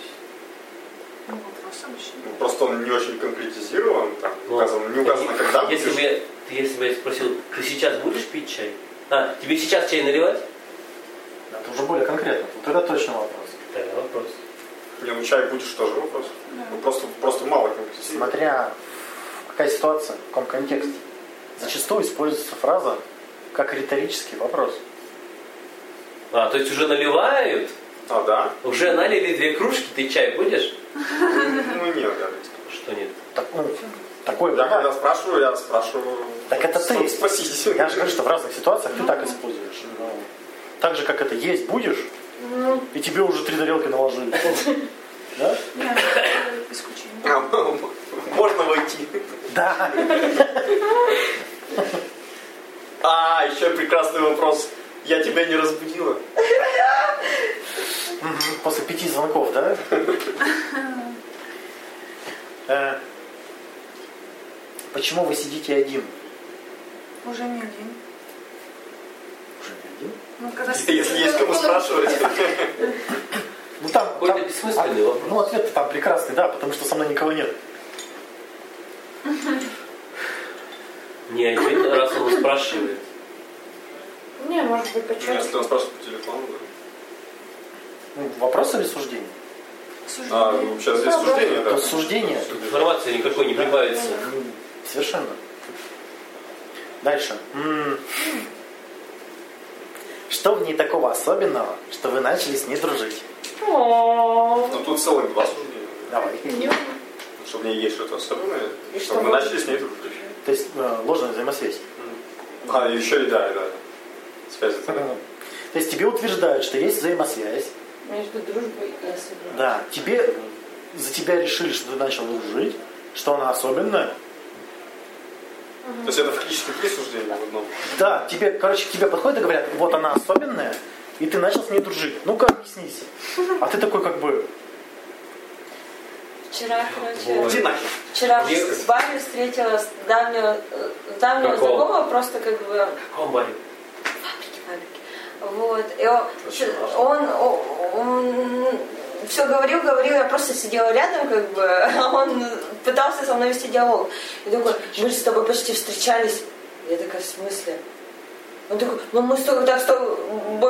Ну, вопрос вообще. Ну, Просто он не очень конкретизирован, там, не указано, не указано, Ну, Если- когда если бы, будешь. я, ты- если бы я спросил, ты сейчас будешь пить чай? А, тебе сейчас чай наливать? Это уже более конкретно. Вот это точно вопрос. Тогда вопрос. Не, ну чай будешь тоже вопрос. Ну, просто, просто мало конкретизировано. Смотря какая ситуация, в каком контексте. Зачастую используется фраза как риторический вопрос. А, то есть уже наливают? А, да? Уже налили две кружки, ты чай будешь? Ну, нет, да. Что нет? Так, ну, такой Я бывает. когда спрашиваю, я спрашиваю... Так это ты. Спасите. Я же говорю, что в разных ситуациях ты так используешь. Но Так же, как это есть будешь, и тебе уже три тарелки наложили. Да? Нет, это исключение. А, Можно войти. Да. А, еще прекрасный вопрос. Я тебя не разбудила. После пяти звонков, да? Э, Почему вы сидите один? Уже не один. Уже не один. Ну, когда... с- Если есть кому спрашивать. Ну там, Какой-то там- бессмысленный а, вопрос. Ну ответ там прекрасный, да, потому что со мной никого нет. Не один, раз он спрашивает. Не, может быть, Ну, почему? Если он спрашивает по телефону, да. Ну, вопрос или суждение? А, Суждение. ну, сейчас здесь суждение, да. Тут суждение. Информации никакой не прибавится. М, Ну, Совершенно. Дальше. М, Что в ней такого особенного, что вы начали с ней дружить? О, Ну, тут целых два суждения. Давай. Что в ней есть что-то особенное. И что что мы вы- начали с ней дружить. То есть э, ложная взаимосвязь. А, еще и да, и да. Связь это. То есть тебе утверждают, что есть взаимосвязь. между дружбой и особенностью. Да. Тебе за тебя решили, что ты начал дружить, что она особенная. То есть это фактически три суждения в одном. Да, тебе, короче, к тебе подходят и говорят, вот она особенная, и ты начал с ней дружить. Ну-ка, объяснись. А ты такой как бы, Вчера, короче, Вот. Иди нахер. вчера Мне- в баре встретила с давнего, э, давнего Какого? знакомого, просто как бы В каком баре? фабрики, фабрики. Вот. И он, Очень важно. он, все говорил, говорил, я просто сидела рядом, как бы, а он пытался со мной вести диалог. И такой, мы же с тобой почти встречались. Я такая, в смысле? Он такой, ну мы столько, так с тобой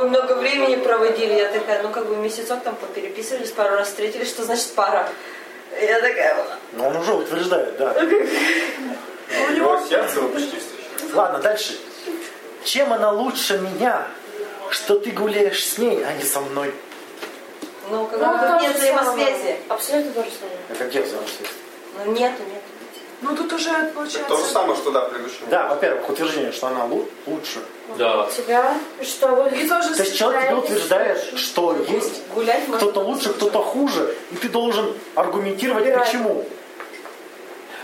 много времени проводили. Я такая, ну как бы месяцок там попереписывались, пару раз встретились, что значит пара? Я такая, ну он уже утверждает, да. Ну, У него сердце вы почти встречаете. Ладно, дальше. Чем она лучше меня, что ты гуляешь с ней, а не со мной? но как Ну, бы то тут же нет взаимосвязи. самое. Абсолютно то же самое. Это где взаимосвязь? Ну, нету, нету. Ну тут уже получается... То же самое, что да, в предыдущем. Да, во-первых, утверждение, что она лу- лучше. Да. У тебя что? вы- И тоже То есть человек тебе утверждает, что есть Гулять можно. кто-то лучше, кто-то хуже, и ты должен аргументировать, Выбирать. почему.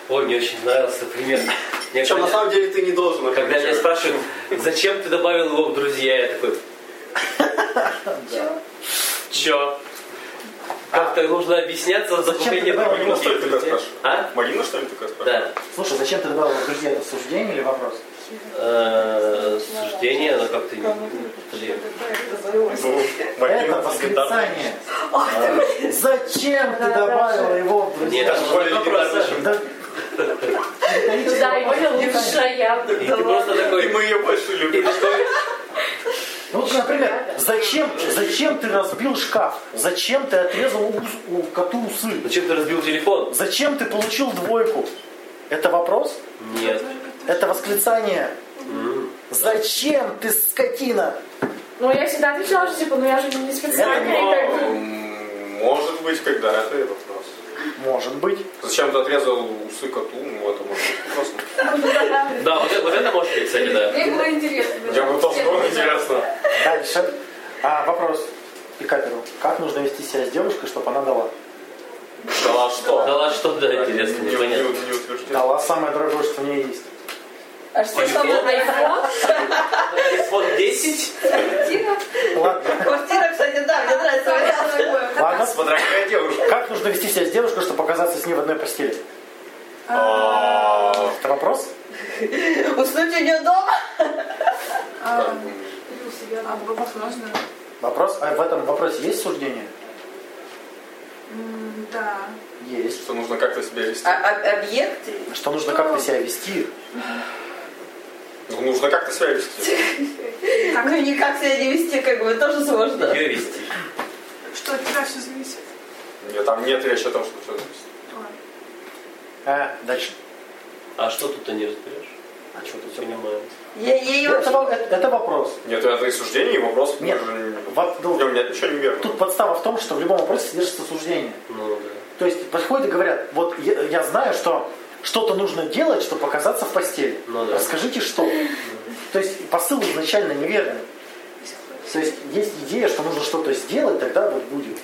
Ой, мне очень нравился пример. Мне Причем на когда- самом деле ты не должен. Когда меня отвечать. спрашивают, зачем ты добавил его в друзья, я такой, чё? Как-то нужно объясняться за Зачем ты купление добавил других Марина, что ли, друзей. такая спрашивает? А? Марина, что ли, такая спрашивает? Да. Слушай, зачем ты добавил в друзья это суждение или вопрос? Э, Суждение, оно как-то не... блин. Ну, это Марина, легендарная. восклицание. Зачем ты добавила его в друзья? Нет, Даже более легендарная, чем Да. Ну, Да, его лучшая. И ты просто И такой... мы ее больше и любим. такой, Ну, вот, например, зачем, зачем ты разбил шкаф? Зачем ты отрезал ус- у коту усы? Зачем ты разбил телефон? Зачем ты получил двойку? Это вопрос? Нет. Это восклицание. Зачем ты скотина? Ну, я всегда отвечала, что типа, ну я же не специально. и как бы- М, ну, Может быть, когда это и вопрос. Может быть. Зачем ты отрезал усы коту? Ну, это может быть вопросом. Да, вот это, вот это может быть, кстати, да. Мне было интересно. Я бы тоже было интересно. Дальше. А, вопрос. Пикаперу. Как нужно вести себя с девушкой, чтобы она дала? Да что? Дала что, да, интересно, Не- непонятно. не- не утверждение. Дала самое дорогое, что у нее есть. А что там Телефон? iPhone? iPhone 10? Тихо. Ладно. Квартира, кстати, да, мне нравится. вариант. Ладно. Смотря какая девушка. Как нужно вести себя с девушкой, чтобы оказаться с ней в одной постели? А, Это вопрос? Уснуть у нее дома? как А, бы, Иду себе а, на возможно. Вопрос. А в этом вопросе есть суждение? М, Да. Есть. Что нужно как-то себя вести. А- а- Объект? Что нужно как-то себя вести? Ну, нужно как-то себя вести. Ну, никак себя не вести, как бы, тоже сложно. Ее вести. Что от тебя все зависит? Нет, там нет речи о том, что что-то вести. Ладно. А, дальше. А что тут ты не разберешь? А что тут? Понимаю. Я ей Это, вообще... во- это- это вопрос. Нет, это и суждение, и вопрос. Нет. уже не- Во- В ну, нем нет ничего неверного. Тут подстава в том, что в любом вопросе содержится суждение. Ну да. То есть подходят и говорят, вот я, я знаю, что что-то нужно делать, чтобы оказаться в постели. Ну да. Расскажите, что. То есть посыл изначально неверный. То есть есть идея, что нужно что-то сделать, тогда вот будет.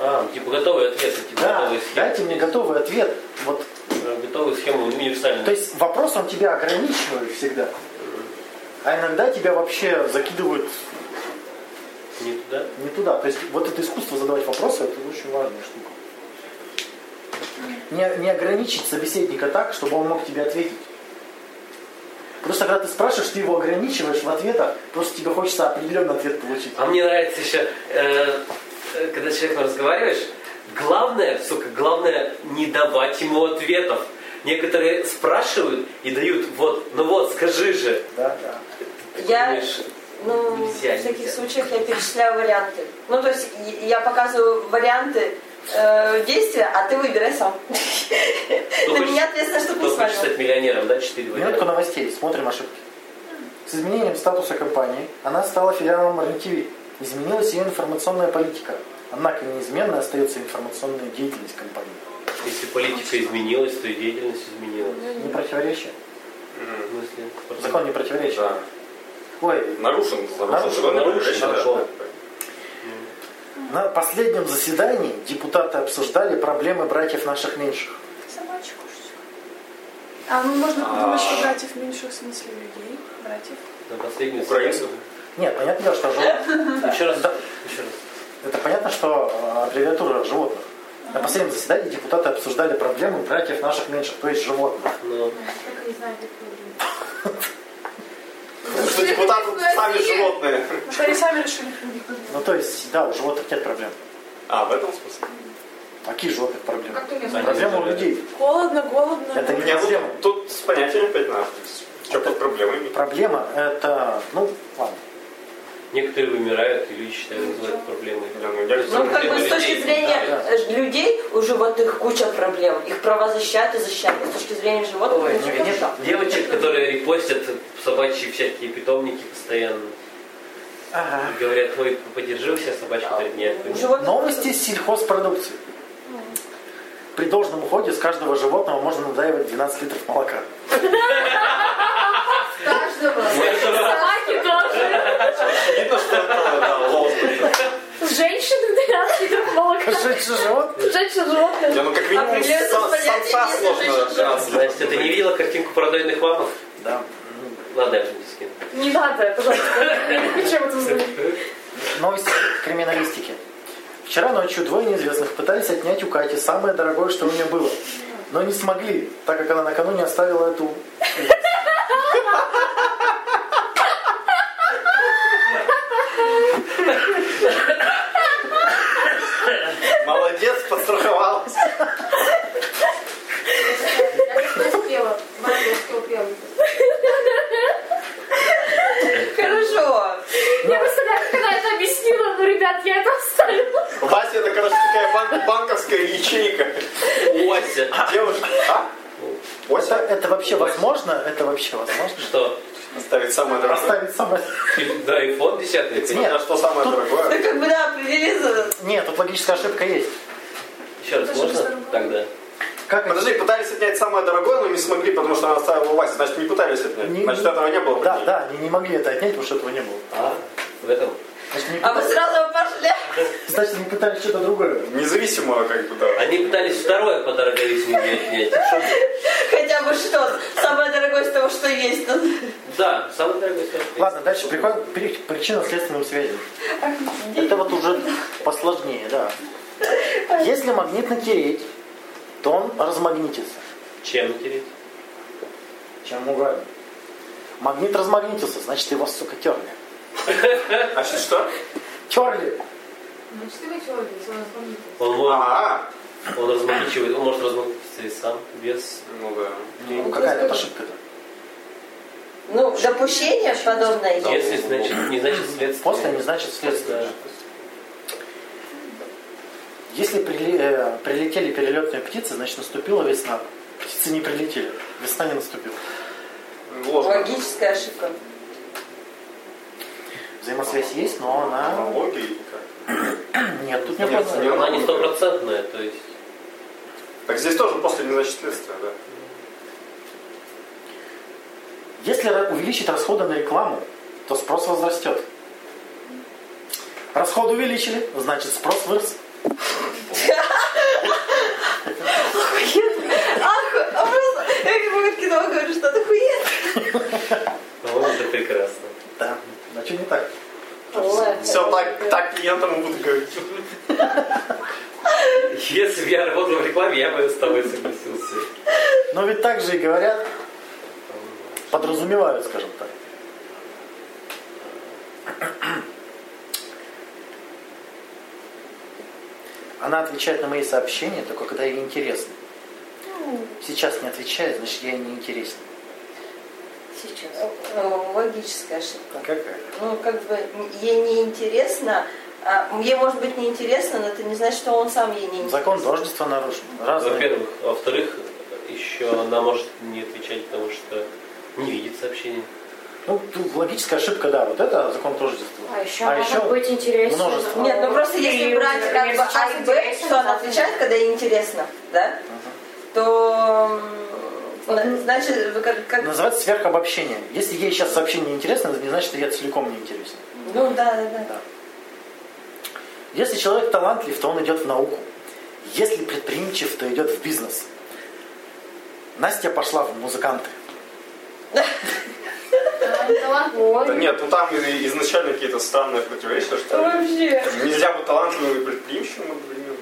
А, типа готовый ответ, типа Да, готовая схема. дайте мне готовый ответ. Вот. Э, Готовую схему универсальную. То есть вопрос он тебя ограничивает всегда. А иногда тебя вообще закидывают Не туда. не туда. То есть вот это искусство задавать вопросы, это очень важная штука. Не, не ограничить собеседника так, чтобы он мог тебе ответить. Просто когда ты спрашиваешь, ты его ограничиваешь в ответах, просто тебе хочется определенный ответ получить. А мне нравится еще, э, э, когда с человеком разговариваешь, главное, сука, главное не давать ему ответов. Некоторые спрашивают и дают, вот, ну вот, скажи же. Да, да. Я, Понимаешь? ну, Нельзя, в таких нельзя. случаях я перечисляю варианты. Ну, то есть я- я показываю варианты э, действия, а ты выбирай сам. На хочешь- меня ответственность, чтобы не Кто хочет свалил. стать миллионером, да, четыре Минутку варианта. новостей. Смотрим ошибки. С изменением статуса компании она стала филиалом РНТВ. Изменилась ее информационная политика. Однако неизменно остается информационная деятельность компании. Если политика изменилась, то и деятельность изменилась. Ну, Не противоречие? В смысле? Закон не противоречит. Да. Ой, Нарушен. Нарушен, закон, нарушен, речь, да. нарушен. На последнем заседании депутаты обсуждали проблемы братьев наших меньших. Собачку что? А ну можно подумать, что А. братьев меньше в смысле людей, братьев. На последнюю Украинцев? Нет, понятно, да, что жен- Еще раз, еще раз. это понятно, что э, аббревиатура животных. На последнем заседании депутаты обсуждали проблемы братьев наших меньших, то есть животных. Ну, Только не знаю, как это выглядит. Потому что депутаты сами животные. Ну, что они сами решили их не подумать. Ну то есть, да, у животных нет проблем. А, в этом смысле? А Какие животных проблемы? Как ты мне Понятно. Проблема у людей. Холодно, голодно. Это не Нет, проблема. ну, тут с понятием опять надо. Что под проблемами? Проблема это, ну, ладно. некоторые вымирают или считают, называют проблемой. Я, ну, я- Ну, как бы с точки Людей, зрения да. э, людей у животных куча проблем. Их права защищают и защищают. А С точки зрения животных ну, типа, Ой, ничего нет, хорошо. Девочек, которые репостят собачьи всякие питомники постоянно. Ага. Говорят, ой, подержи у себя собачку три дня. Животных Новости сельхозпродукции. При должном уходе с каждого животного можно надаивать 12 литров молока. Каждого. Собаки тоже. Видно, что это да, лозунг. Женщины 12 литров молока. Кошачий живот? Женщина животное. Я, ну, как минимум, Определенно сам- понятие самца нет, сложно женщин. да, Значит, ты не видела картинку продойных мамов? Да. Ладно, я же не скину. Не надо, пожалуйста. Не хочу об этом знать. Новости криминалистики. Вчера ночью двое неизвестных пытались отнять у Кати самое дорогое, что у нее было. Но не смогли, так как она накануне оставила эту... Молодец, подстраховалась. Я что успела? Мама, я что успела? Хорошо. Я представляю, когда я это объяснила, но, ребят, я это оставила. Вася, это, короче, такая бан- банковская ячейка. Ося. Девушка, а? Это, Вася это вообще возможно? Это вообще возможно? Что? ставит самое дорогое. Оставить самое... Да, iPhone 10. Нет. Смотря что самое дорогое. Ну, как бы, да, привели за... Нет, тут логическая ошибка есть. Еще раз, можно? Тогда. Как они- Подожди, пытались отнять самое дорогое, но не смогли, потому что она оставила у Васи. Значит, не пытались отнять. Не- Значит, этого не было. Да, да, они не могли это отнять, потому что этого не было. А, в этом? Значит, не А вы пытались, сразу пошли. значит, они пытались что-то другое. Независимо, как бы, да. Они пытались второе по дороговизне не отнять. Что? Хотя бы что Самое дорогое из того, что есть. Ну, Да, самый дорогой сорт. Ладно, дальше приходим к причинно-следственным связям. Это вот уже посложнее, да. Если магнит натереть, то он размагнитится. Чем тереть? Чем угодно. Магнит размагнитился, значит его, сука, терли. А сейчас что? Терли! Ну, что вы человек, если он звонит? Он, может, А, он размагничивает, он может размагничиться и сам, без... ну да. Ну, какая то ошибка-то. Ну, допущение подобное есть. Если, значит, не значит следствие. После не значит следствие. Да. Если прили- э, прилетели перелетные птицы, значит наступила весна. Птицы не прилетели. Весна не наступила. Ложно. Логическая ошибка. Взаимосвязь есть, но А, она... Аналогии. как? Нет, тут не Нет, поздно. нет. Она не стопроцентная, Ну, то есть... Так здесь тоже после не значит следствие, да. Если ра- увеличить расходы на рекламу, то спрос возрастет. Расходы увеличили, значит спрос вырос. Аху- А просто, я как бы в кино говорю, что ты хуец. По-моему, это прекрасно. Да. А что не так? Все так, так клиентам и буду говорить. Если бы я работал в рекламе, я бы с тобой согласился. Но ведь так же и говорят, подразумевают, скажем так. Она отвечает на мои сообщения только когда ей интересно. Сейчас не отвечает, значит я ей не интересен. Сейчас. Ну, логическая ошибка. Какая? Ну, как бы, ей не интересно, а, ей может быть не интересно, но это не значит, что он сам ей не интересен. Закон тождества нарушен. Разные. Во-первых. Во-вторых, еще она может не отвечать, потому что не видит сообщения. Ну, тут логическая ошибка, да, вот это закон тождества. А еще А может еще быть интересно. множество. Нет, ну просто если Или, брать как например, бы сейчас А и Б, интересно, что она завтра нет. отвечает, когда ей интересно, да, то м, на- значит, вы как, как- Называется сверхобобщение. Если ей сейчас сообщение не интересно, это не значит, что я целиком не интересен. ну да, да, да. Да. Если человек талантлив, то он идет в науку. Если предприимчив, то идет в бизнес. Настя пошла в музыканты. Да Ой, нет, ну там и- изначально какие-то странные противоречия, что ли. Вообще. нельзя быть талантливым и предприимчивым одновременно.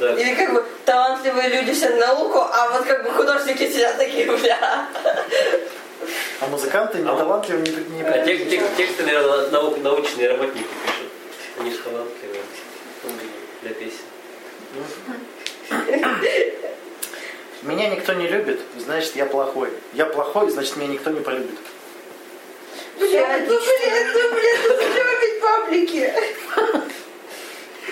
Да. Или как бы талантливые люди все на науку, а вот как бы художники сидят такие, бля. А музыканты не А. талантливы, не, пред- не А пред- тек- тек- тексты, наверное, нау- научные работники пишут. Они же талантливые Ну, для песен. Меня никто не любит, значит я плохой. Я плохой, значит меня никто не полюбит. Бля, ну блин, ну блин, ну зачем опять паблики?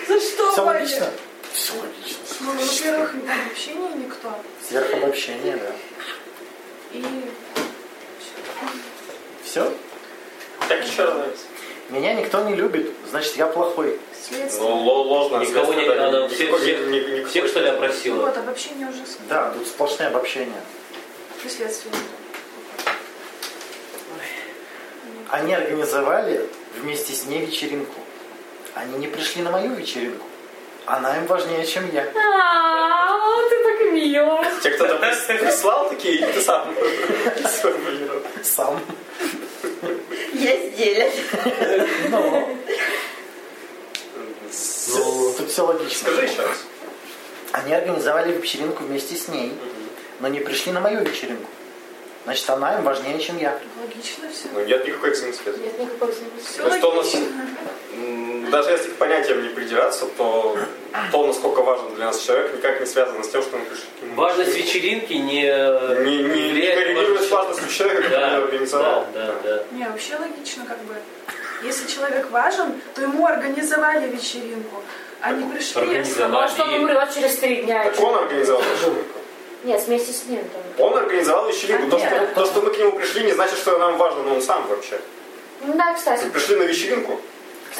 За что, Все Ваня? логично? Все логично. Ну, во-первых, вообще не никто. Сверхобобщение, да. И Все? Как еще раз? Меня никто не любит, значит я плохой. Следствие. Ну, ло- ложно. Никого не- следствие, да, она ни- всех- никакой- всех- ни- никакой- Всех, что ли, опросила? Вот, обобщение ужасно. Да, тут сплошное обобщение. И следствие. Они организовали вместе с ней вечеринку. Они не пришли на мою вечеринку. Она им важнее, чем я. А, ты так мило. Тебе кто-то прис- прислал такие, или ты сам сформулировал? Сам. Я сделала. Но Ну, тут все логично. Скажи еще раз. Они организовали вечеринку вместе с ней, но не пришли на мою вечеринку. Значит, она им важнее, чем я. Логично все. Ну, нет никакой экзаменской Нет никакого смысла. Все То есть то у нас- логично. М, Даже если к понятиям не придираться, то то, насколько важен для нас человек, никак не связано с тем, что он пришел. Важность вечеринки не... Не, не, не влияет на коррелирует с важность- важностью человека, который Да, ее организовал. да, да, да. Не, вообще логично, как бы. Если человек важен, то ему организовали вечеринку. Они пришли. Потому что он Организовали. умрет через три дня. Так он организовал вечеринку. Нет, вместе с ним там. Он организовал вечеринку. То что, Понятно. то, что мы к нему пришли, не значит, что нам важно, но он сам вообще. Ну да, кстати. Мы пришли на вечеринку,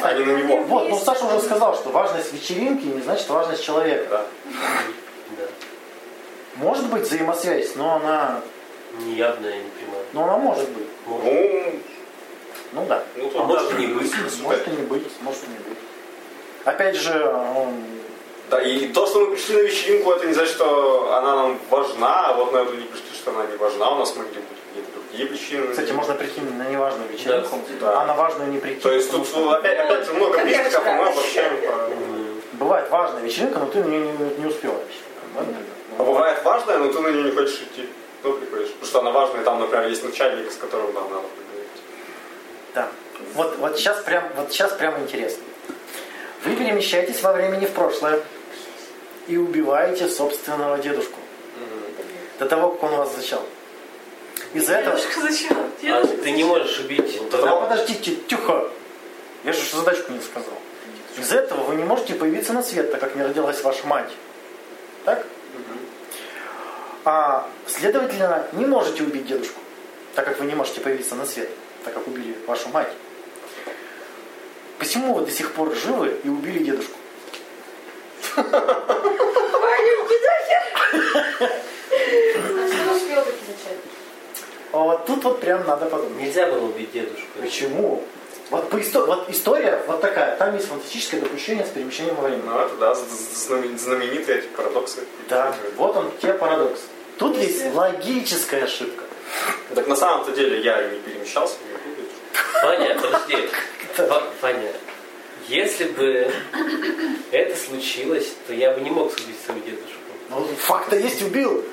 а не на него. Вот, ну Саша уже сказал, что важность вечеринки не значит важность человека. Да. Да. Может быть взаимосвязь, но она, Неявная, не прямая. но она может быть. Может. Ну, Ну да. ну тут А может даже- и не быть. Может и не быть, может и не быть. Опять же, м, Да, и то, что мы пришли на вечеринку, это не значит, что она нам важна, а вот на эту не пришли, что она не важна, у нас могли быть какие-то другие причины. кстати, можно прийти на неважную вечеринку, Да. а на важную не прийти. То есть потому тут ну, что опять, опять же много Конечно. признаков, а мы обобщаем по... М, бывает важная вечеринка, но ты на нее не, не успел вообще. Да, например? А бывает важное, но ты на нее не хочешь идти. Ну, приходишь. Потому что она важная, там, например, есть начальник, с которым нам надо поговорить. Да. Вот, вот сейчас прям, вот сейчас прям интересно. Вы перемещаетесь во времени в прошлое и убиваете собственного дедушку до того, как он вас зачал. Из-за этого. Дедушка, зачем? Ну, А Дедушка, ты не можешь убить. Да подождите, тихо. Я же задачку не сказал. Из этого вы не можете появиться на свет, так как не родилась ваша мать. Так? А, следовательно, не можете убить дедушку, так как вы не можете появиться на свет, так как убили вашу мать. Почему вы до сих пор живы и убили дедушку? А что успел таки начать? А вот тут вот прям надо подумать. Нельзя было убить дедушку. Почему? Вот, по исто- вот история вот такая. Там есть фантастическое допущение с перемещением во времени. Ну, это, да, з- з- знамен- знаменитые эти парадоксы. Да, вот он, те парадокс. Тут есть логическая ошибка. Так на самом-то деле я и не перемещался, не буду. Фаня, подожди. Фа- Фаня, если бы это случилось, то я бы не мог убить свою дедушку. Ну, факт-то есть, убил.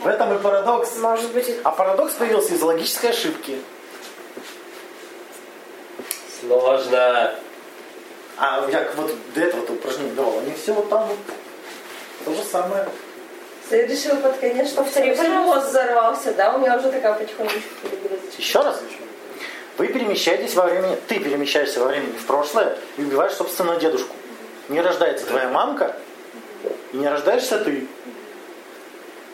В этом и парадокс. Может быть, и- А парадокс появился из логической ошибки. Сложно. А как вот до этого это упражнение давал, они все вот там вот. То же самое. Ты решила под конец, что Повтори, в мозг взорвался, да? У меня уже такая потихонечку перегрузочка. Еще раз. Вы перемещаетесь во времени, ты перемещаешься во времени в прошлое и убиваешь собственного дедушку. Не рождается твоя мамка, и не рождаешься ты.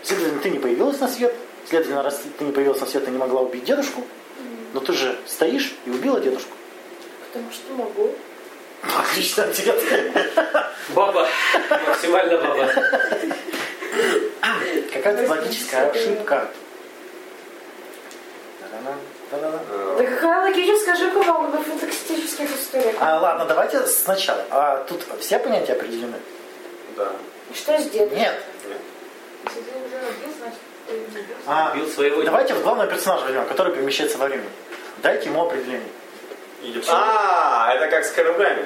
Следовательно, ты не появилась на свет. Следовательно, раз ты не появилась на свет, ты не могла убить дедушку. Но ты же стоишь и убила дедушку. Потому что могу. Отлично, ответ. Баба. Максимально баба. Какая-то логическая ошибка. Та-да-дам, та-да-дам. Э, Да какая логическая ошибка могла быть в фантастических историях? А, ладно, давайте сначала. А тут все понятия определены? Да. Что сделать? Нет. Нет. Если ты уже родился, значит, ты не родился. А, Убил своего давайте в главного персонажа возьмем, который перемещается во времени. Дайте ему определение. И- А, это как с кораблями.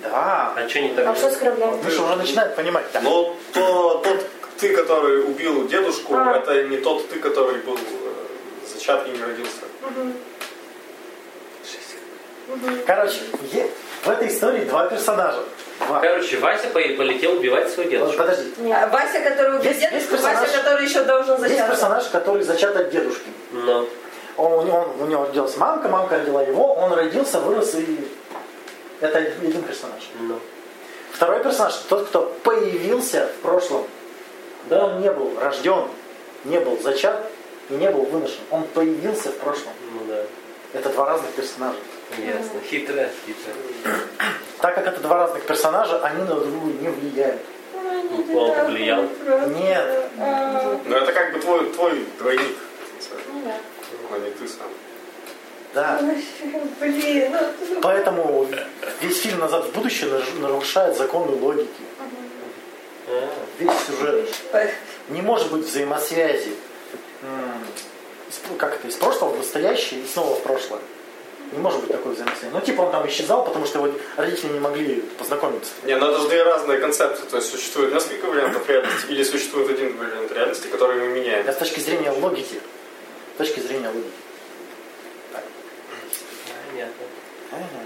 Да. А что не А так? что с кораблями? Миша уже начинает понимать. Да. Но то- тот ты, который убил дедушку, А. это не тот ты, который был э, зачат и не родился. Мгм. Короче, е- в этой истории два персонажа. Два. Короче, Вася по- полетел убивать своего Вот, дедушку. Подожди. А Вася, который убил Есть- есть дедушку, персонаж. Вася, который еще должен Есть зачаться. персонаж, который зачат от дедушки. Но. Он, он- у него родилась мамка, мамка родила его, он родился, вырос и... Это один персонаж. но. Второй персонаж, тот, кто появился в прошлом. Да, он не был рожден, не был зачат и не был выношен. Он появился в прошлом. Ну да. Это два разных персонажа. Ясно. Хитрая, хитрая. Так как это два разных персонажа, они на друг друга не влияют. Ну, план повлиял. Нет. Ну это как бы твой, твой двойник. Ну да. А не ты сам. Да. Блин. ну, Поэтому весь фильм «Назад в будущее» наж- нарушает законы логики. А, Весь сюжет. Не может быть взаимосвязи. м, из пр- Как это? Из прошлого в настоящее и снова в прошлое. Не может быть такой взаимосвязи. Ну, типа он там исчезал, потому что его родители не могли познакомиться. Не, ну это же две разные концепции. То есть существует несколько вариантов реальности или существует один вариант реальности, который мы меняем. Я А с точки зрения логики. С точки зрения логики. Понятно. Ага.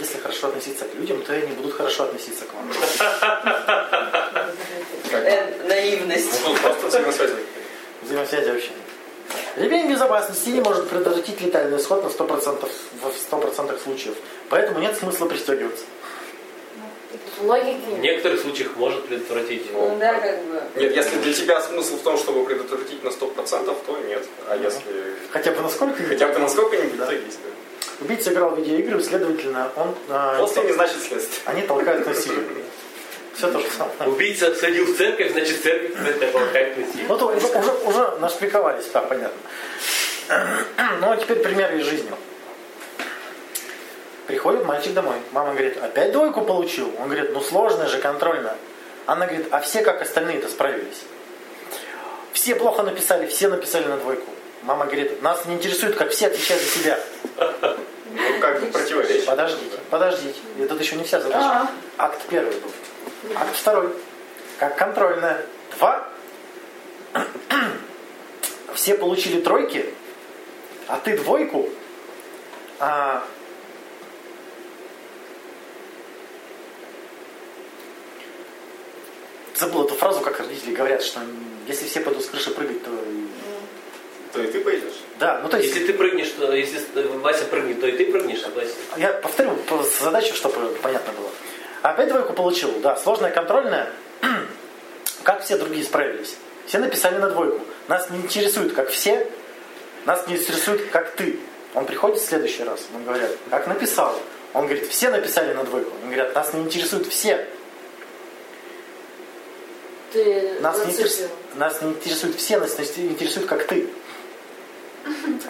Если хорошо относиться к людям, то и они будут хорошо относиться к вам. Э, Наивность. Ну, просто взаимосвязи. Взаимосвязи вообще нет. Ремень безопасности не может предотвратить летальный исход на 100%, в 100% случаев. Поэтому нет смысла пристегиваться. В Логики. некоторых случаях может предотвратить. Ну да, как бы. Нет, если для тебя смысл в том, чтобы предотвратить на 100%, то нет. А если... Хотя бы насколько? Хотя бы насколько-нибудь, Да. то есть. да. Убийца играл в видеоигры, следовательно, он... э, После не значит следствие. Они толкают насилие. Все то же самое. Убийца сходил в церковь, значит церковь это толкает на Ну, то уже, уже, уже нашпиковались, да, понятно. Ну, а теперь пример из жизни. Приходит мальчик домой. Мама говорит, опять двойку получил? Он говорит, ну сложно же, контрольно. Она говорит, а все как остальные-то справились? Все плохо написали, все написали на двойку. Мама говорит, нас не интересует, как все отвечают за себя. Ну, как бы противоречие. Подождите, подождите. И тут еще не вся задача. Акт первый был. Акт второй. Как контрольная. Два. Все получили тройки, а ты двойку. А... Забыл эту фразу, как родители говорят, что если все пойдут с крыши прыгать, то... То и ты пойдешь. Да, ну то есть... Если ты прыгнешь, то если э, Вася прыгнет, то и ты прыгнешь, Вася. Я повторю по- задачу, чтобы понятно было. Опять двойку получил, да, сложная контрольная. Как все другие справились? Все написали на двойку. Нас не интересует, как все, нас не интересует, как ты. Он приходит в следующий раз, ему говорят, как написал. Он говорит, все написали на двойку. Они говорят, нас не интересуют все. Ты Нас не, интерес- зацепил. нас не интересуют все, нас не интересует, как ты.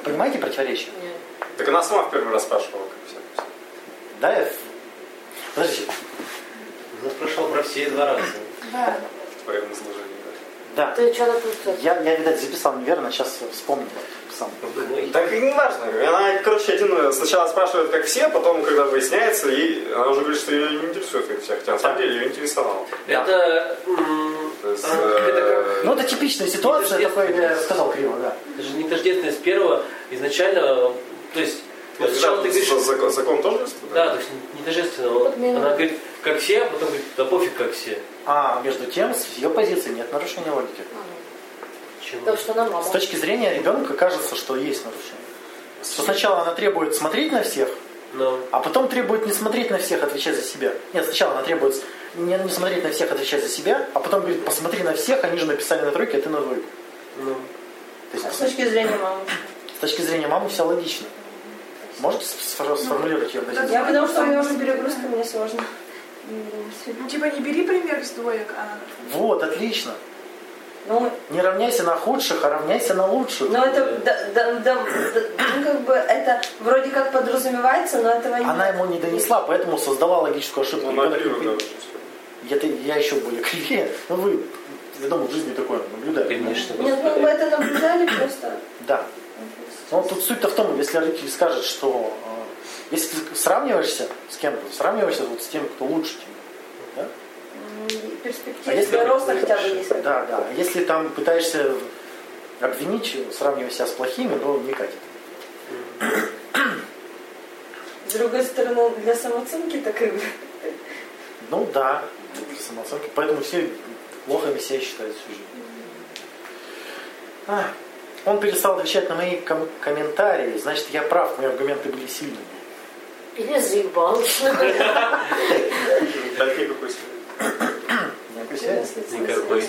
Понимаете противоречие? Нет. Так она сама в первый раз спрашивала, как все. Да, я... Подождите. Ну, прошел про все два раза. Да. В твоем изложении. да. Да. Ты что-то тут... Я, я, видать, записал неверно, сейчас вспомню сам. Думай. Так и не важно. Она, короче, один э, сначала спрашивает, как все, потом, когда выясняется, и она уже говорит, что ее не интересует, как все. Хотя на самом деле ее интересовало. Это, м, То есть, а, это как э, Ну, это типичная ситуация, Это такой я естественно. сказал криво, да. Это же не тождественность первого изначально, э, то есть вот я сначала ты не знаю, говоришь, закон, закон тоже действует? да, то есть не- не тождественно. Вот Подмена. Она говорит, как все, а потом говорит, да пофиг, как все. А между тем, с ее позиции нет нарушения логики. Чему? Потому что она мама. С точки зрения ребенка кажется, что есть нарушение. Что сначала она требует смотреть на всех, Но а потом требует не смотреть на всех, отвечать за себя. Нет, сначала она требует с- не, не смотреть на всех, отвечать за себя, а потом говорит, посмотри на всех, они же написали на тройке, а ты на двойку. ну, То есть, С точки зрения мамы. с точки зрения мамы все логично. Можете с- сфор- сформулировать ее позицию? Я потому что у меня уже перегрузка, мне сложно. Ну, типа, не бери пример с двоек, а... Вот, отлично. Ну, Не равняйся на худших, а равняйся на лучших. ну это, да- да- да- да- ну как бы это вроде как подразумевается, но этого не... Она ему не донесла, поэтому создала логическую ошибку. Ну, она Ребенок не криво, да, понимает. очень всё. я, ты- я еще более кривее. Ну вы, я думаю, в жизни такое наблюдаю. конечно, Нет, ну мы господи. это наблюдали просто. Да. Но тут суть-то в том, если родитель скажет, что э, если ты сравниваешься с кем-то, сравниваешься вот с тем, кто лучше тебя. Да? М, А Перспективы если для роста хотя бы хорошо, есть. да, да. Если там пытаешься обвинить, сравнивая себя с плохими, то не катит. С другой стороны, для самооценки так и... Ну да, для самооценки. Поэтому все лохами себя считают всю жизнь. А, он перестал отвечать на мои ком- комментарии. Значит, я прав, мои аргументы были сильными. Или заебалась. Так никакой связи. Никакой ну, связи? Никакой.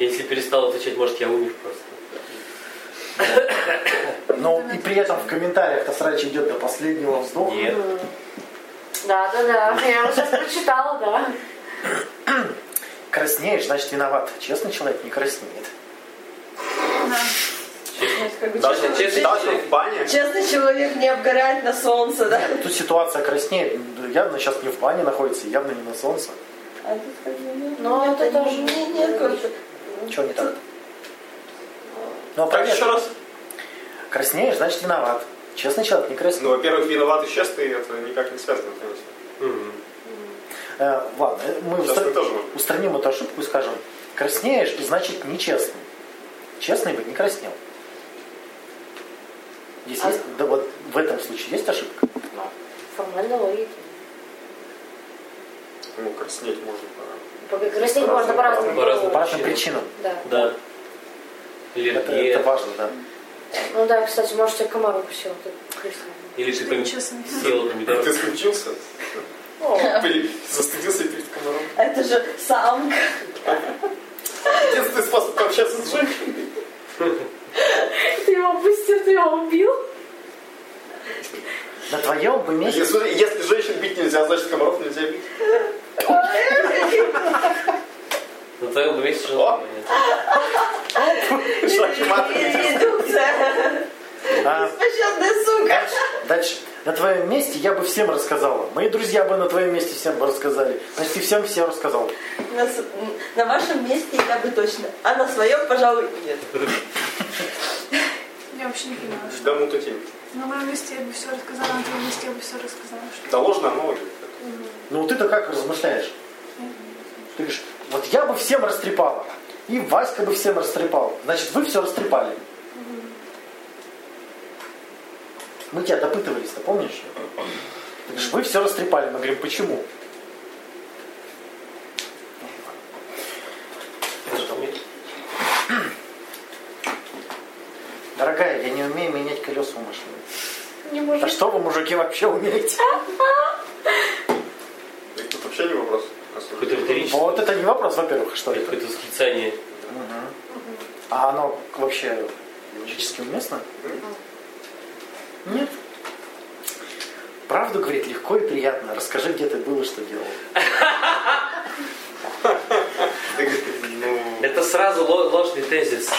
Если перестал отвечать, может я умер просто. Но и при этом в комментариях-то срач идет до последнего вздоха. Нет. Да, да, да. Я вот сейчас прочитала, да. Краснеешь, значит виноват. Честный человек не краснеет. Как бы Даже, честный- даже в бане. Честный человек не обгорает на солнце, да? Тут ситуация краснеет. Ну, Явно сейчас не в бане находится, явно не на солнце. А тут как бы, ну, Ну, нет, это они- тоже- Нет, нет, короче. Что не так? Ну, а Так, понятно. еще раз. Краснеешь, значит виноват. Честный человек не краснеет. Ну, во-первых, виноват и честный, это никак не связано, конечно. Мгм. Э, ладно, э, Ну, мы Сейчас устра- мы тоже можем. устраним эту ошибку и скажем, краснеешь, значит нечестный. Честный бы не краснел. Здесь А- есть, да вот в этом случае есть ошибка? Формально логика. Ну, краснеть можно. да. Краснеть можно по-разному. По-разному. По разным Причина. причинам. Да. Да. Или, Это, это диета, важно, да. Ну да, кстати, может, я комар укусил. это крестно. или ты пом- Честно. съел помидор. Ты скучился? О, Блин, застыдился перед комаром. Это же самка. Единственный способ пообщаться с женщиной. Ты его пустил, ты его убил? На твоем бы Ну, месте... Если, если женщин бить нельзя, значит комаров нельзя бить. На твоем месте О. жена. нет. Ну, Шаги маты. Редукция. А, Беспощадная сука. дальше, дальше. На твоем месте я бы всем рассказала. Мои друзья бы на твоем месте всем бы рассказали. Значит, ты всем все рассказал. На, с- на вашем месте я бы точно, а на своем, пожалуй, нет. Я вообще не понимаю, что. Да мутатин. На моем месте я бы все рассказала, на твоем месте я бы все рассказала. Что... Да а ложная аналогия. Ну ты-то как размышляешь? Ты говоришь, вот я бы всем растрепала. И Васька бы всем растрепал. Значит, вы все растрепали. Мы тебя допытывались-то, помнишь? Ты говоришь, вы все растрепали. Мы говорим, почему? Дорогая, я не умею менять колеса у машины. Не Да может. что вы, мужики, вообще умеете? И Тут вообще не вопрос. особенно. Какой-то риторический. Вот это не вопрос, во-первых, что это. Какое-то восклицание. А оно вообще логически уместно? Нет. Правду говорит легко и приятно. Расскажи, где ты был и что делал. Ты говоришь, ну... Это сразу ло- ложный тезис.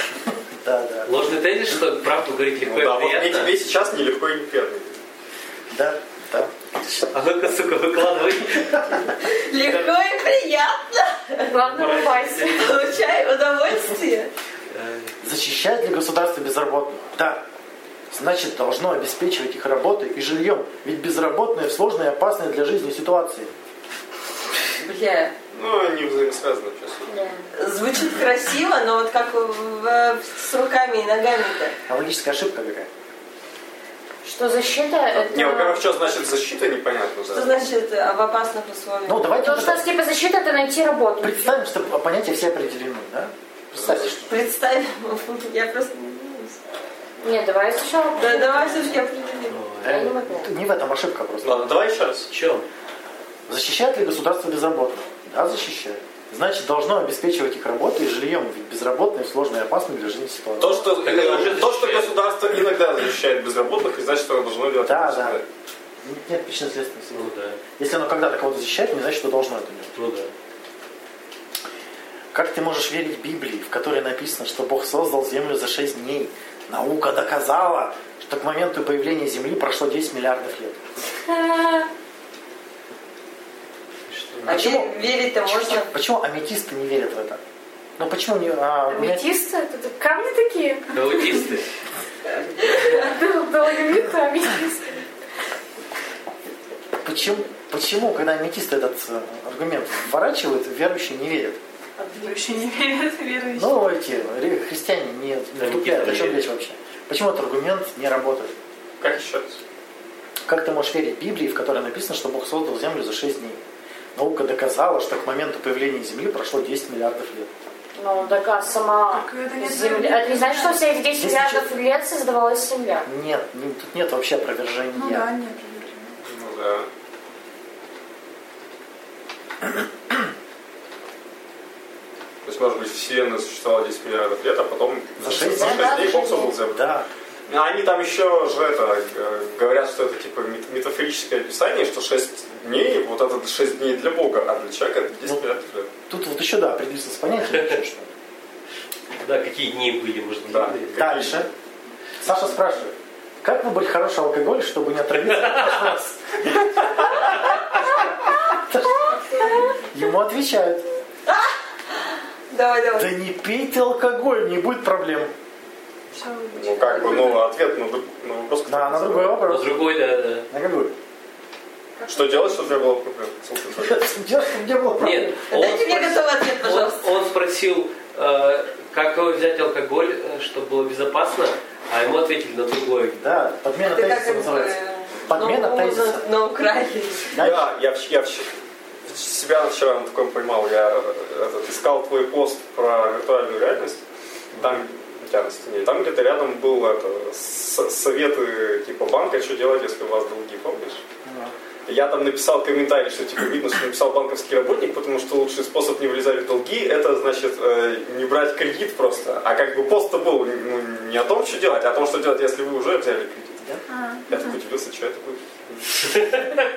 Да, да. Ложный тезис, что правду говорить легко ну да, и вот мне приятно. тебе сейчас нелегко и неприятно. Да, да. А ну-ка, сука, выкладывай. Легко и приятно. Главное, улыбайся. Получай удовольствие. Э, Защищает ли государство безработных? Да. Значит, должно обеспечивать их работой и жильем. Ведь безработные в сложной и опасной для жизни ситуации. Бля, Ну, они взаимосвязаны, честно. звучит красиво, но вот как в- с руками и ногами-то. А логическая ошибка какая? Что защита? Это... Не, во-первых, что значит защита, непонятно. Что Да. значит э, в опасных условиях? Ну, давайте То, вот что у нас, типа защита, это найти работу. представим, что понятия все определены, да? Представьте, что Представь, я просто... не знаю. Нет, давай сначала. Да, давай все-таки определим. Я не могу. э, не в этом ошибка просто. Ладно, давай еще раз. В чем? Защищает ли государство безработных? Да, защищает. Значит, должно обеспечивать их работой и жильем, ведь безработные в сложной и опасной для жизни ситуации. То, что, Так это уже э, то, что защищает. государство иногда защищает безработных, и значит, что оно должно делать. Да, да. Нет причинно-следственной Ну связи. да, Если оно когда-то кого-то защищает, не значит, что должно это делать. ну да. Как ты можешь верить Библии, в которой написано, что Бог создал Землю за 6 дней? Наука доказала, что к моменту появления Земли прошло 10 миллиардов лет. И Что? А Почему? ве- верить-то можно? А Почему аметисты не верят в это? Ну почему не... а, у меня- Аметисты? Это камни такие? Аутисты. Долговиты, аметисты. Почему, почему, когда аметисты этот э, аргумент вворачивают, верующие не верят? Верующие не верят, верующие. Ну, эти ре- христиане не втупляют, о чем верят. речь вообще? Почему этот аргумент не работает? Как еще раз? Как ты можешь верить Библии, в которой написано, что Бог создал Землю за 6 дней? Наука доказала, что к моменту появления Земли прошло 10 миллиардов лет. Ну, так а сама Так это не земля... Это не значит, что все эти 10 Если миллиардов лет создавалась земля. Нет, не- тут нет вообще опровержения. Ну да, нет. верю. Ну да. То есть, может быть, Вселенная существовала 10 миллиардов лет, а потом За шесть за дней? а шесть дней Бог создал Землю. Да. А Они там еще же это э, говорят, что это типа мет- метафорическое описание, что 6 дней, вот это 6 дней для Бога, а для человека это 10 лет. Тут вот еще, да, определиться с понятием. еще что. Да, какие дни были, может быть. Да. Дальше. Саша спрашивает. Как выбрать хороший алкоголь, чтобы не отравиться? каждый раз?» Ему отвечают. Давай, Да давай. не пей ты алкоголь, не будет проблем. Всё, Ну как бы, ну ответ на, друг- на вопрос. Да, который на ты другой задал. Но вопрос. А другой, да, да. На какой? Что делать, чтобы не было проблем? Слушай, что ли? Дело, чтобы не было проблем. Нет, он, Дайте мне готовый ответ, он, пожалуйста. он спросил, э, как взять алкоголь, э, чтобы было безопасно, а ему ответили на другой. Да, подмена Это как тезиса бы, называется. э, Подмена ну, тезиса. На, на Украине. Дальше. Я, я, вч- я вч- себя вчера на таком поймал. Я э, этот, искал твой пост про виртуальную реальность. Там, у тебя на стене, там где-то рядом был это, с- советы типа банка, что делать, если у вас долги, помнишь? Я там написал комментарий, что типа видно, что написал банковский работник, потому что лучший способ не влезать в долги, это значит э, не брать кредит просто. А как бы пост-то был ну, не о том, что делать, а о том, что делать, если вы уже взяли кредит. Я так удивился, что это будет.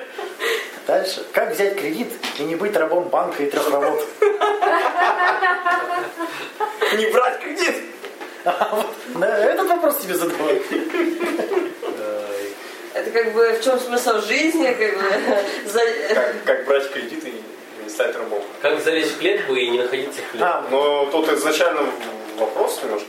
Дальше. Как взять кредит и не быть рабом банка и трех работ? Не брать кредит! А Да, Этот вопрос тебе задавали. Э, Это как бы в чем смысл жизни, как бы. за- Как, как брать кредит и не стать рабом. Как залезть в клетку и не находиться в клетке. А, Но тут изначально вопрос немножко.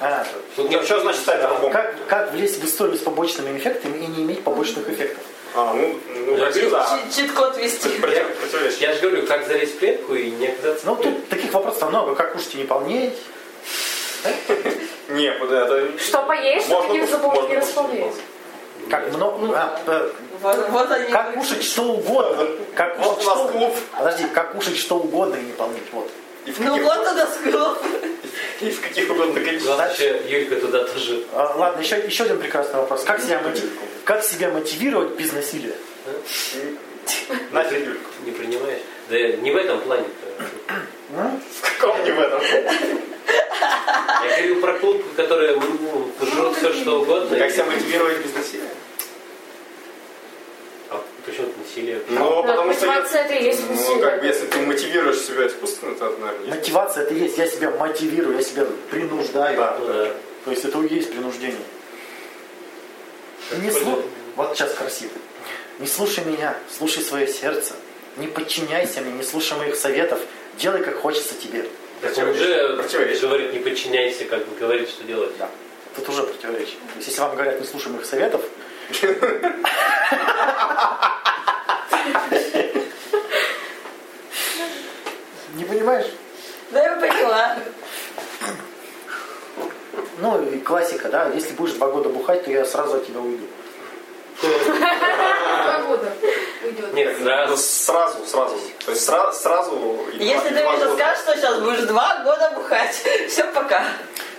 а, Тут Ну, что значит стать рабом? как, как влезть в историю с побочными эффектами и не иметь побочных эффектов? А, ну, ну Я вроде говорю, да. Чи- Чит-код вести. Против- противоречие. Я же говорю, как залезть в клетку и не оказаться Ну, в клетке. тут таких вопросов много. Как кушать и не полнеть? Не, под- это... Что поесть, что Можно таким кушать, запомнить можно не кушать, располнить. Как много... а, э, Вот, вот они. как кушать что угодно. Ну Как Вот кушать у нас что- клуб. Подожди, как кушать что угодно и не полнеть. Вот. И в Ну каких, вот она склон. и в каких угодно У количествах. нас вообще Юлька туда тоже. А, ладно, еще, еще один прекрасный вопрос. Как себя, мотив- как себя мотивировать без насилия? Нафиг, Юлька. Не принимаешь? Да я не в этом плане. -то. В каком не в этом? Я говорю про клуб, который ну, жрут все что угодно. Как себя мотивировать без насилия? А почему ты насилие? Ну, Ну, потому что... мотивация это и есть Ну, насилие. как бы, если ты мотивируешь себя искусственно, то это, наверное, есть. Мотивация это и есть. Я себя мотивирую, я себя принуждаю. Да. Ну да. То есть это и есть принуждение. Не Как слу- понятно. Вот сейчас красиво. Не слушай меня, слушай свое сердце. Не подчиняйся мне, не слушай моих советов. Делай, как хочется тебе. Так он уже Противоречит. говорит, не подчиняйся, как бы говорит, что делать. Да. Тут уже противоречие. То есть, если вам говорят, не слушай моих советов, не понимаешь? Да я поняла. Ну, и классика, да. Если будешь два года бухать, то я сразу от тебя уйду. Два года уйдет. Нет, Ну, раз. сразу, сразу. То есть сра- сразу... и Если два- ты и два мне сейчас года. скажешь, что сейчас будешь два года бухать, все пока.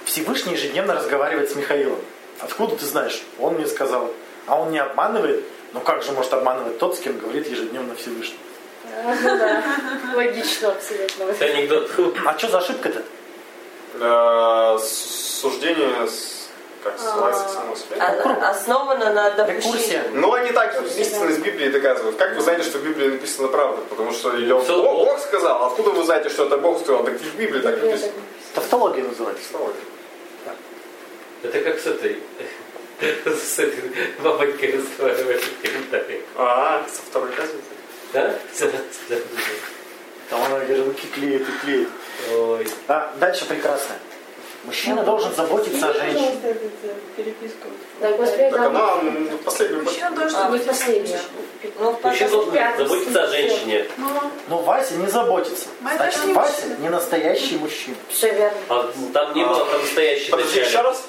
Всевышний ежедневно разговаривает с Михаилом. Откуда ты знаешь? Он мне сказал. А он не обманывает? Ну как же может обманывать тот, с кем говорит ежедневно Всевышний? Ну да, логично абсолютно. Это анекдот. А что за ошибка-то? Э, с- Суждение с... Как ссылается А. само себе? Она основана на Рекурсия. допущении. Но они так истинно из Библии доказывают. Как вы знаете, что в Библии написана правда? Потому что или он- Всё, О, Бог. Бог сказал, А откуда вы знаете, что это Бог сказал? Так и в Библии так написано. Тавтология называется. Это как с этой... С этой бабонькой разговариваешь в комментариях. А, со второй разницы. Да? Там она руки клеит и клеит. Ой. А, дальше прекрасно. Мужчина должен заботиться о женщине. Да, господи, Так там она м, последнюю... Мужчина должен А, не быть. последняя. Ну, потом... Мужчина должен заботиться о женщине. Ну, Но Вася не заботится. Моя Значит, дочь не Вася мужчина. не настоящий мужчина. Все верно. А там не было про настоящий Подожди, еще начале. раз.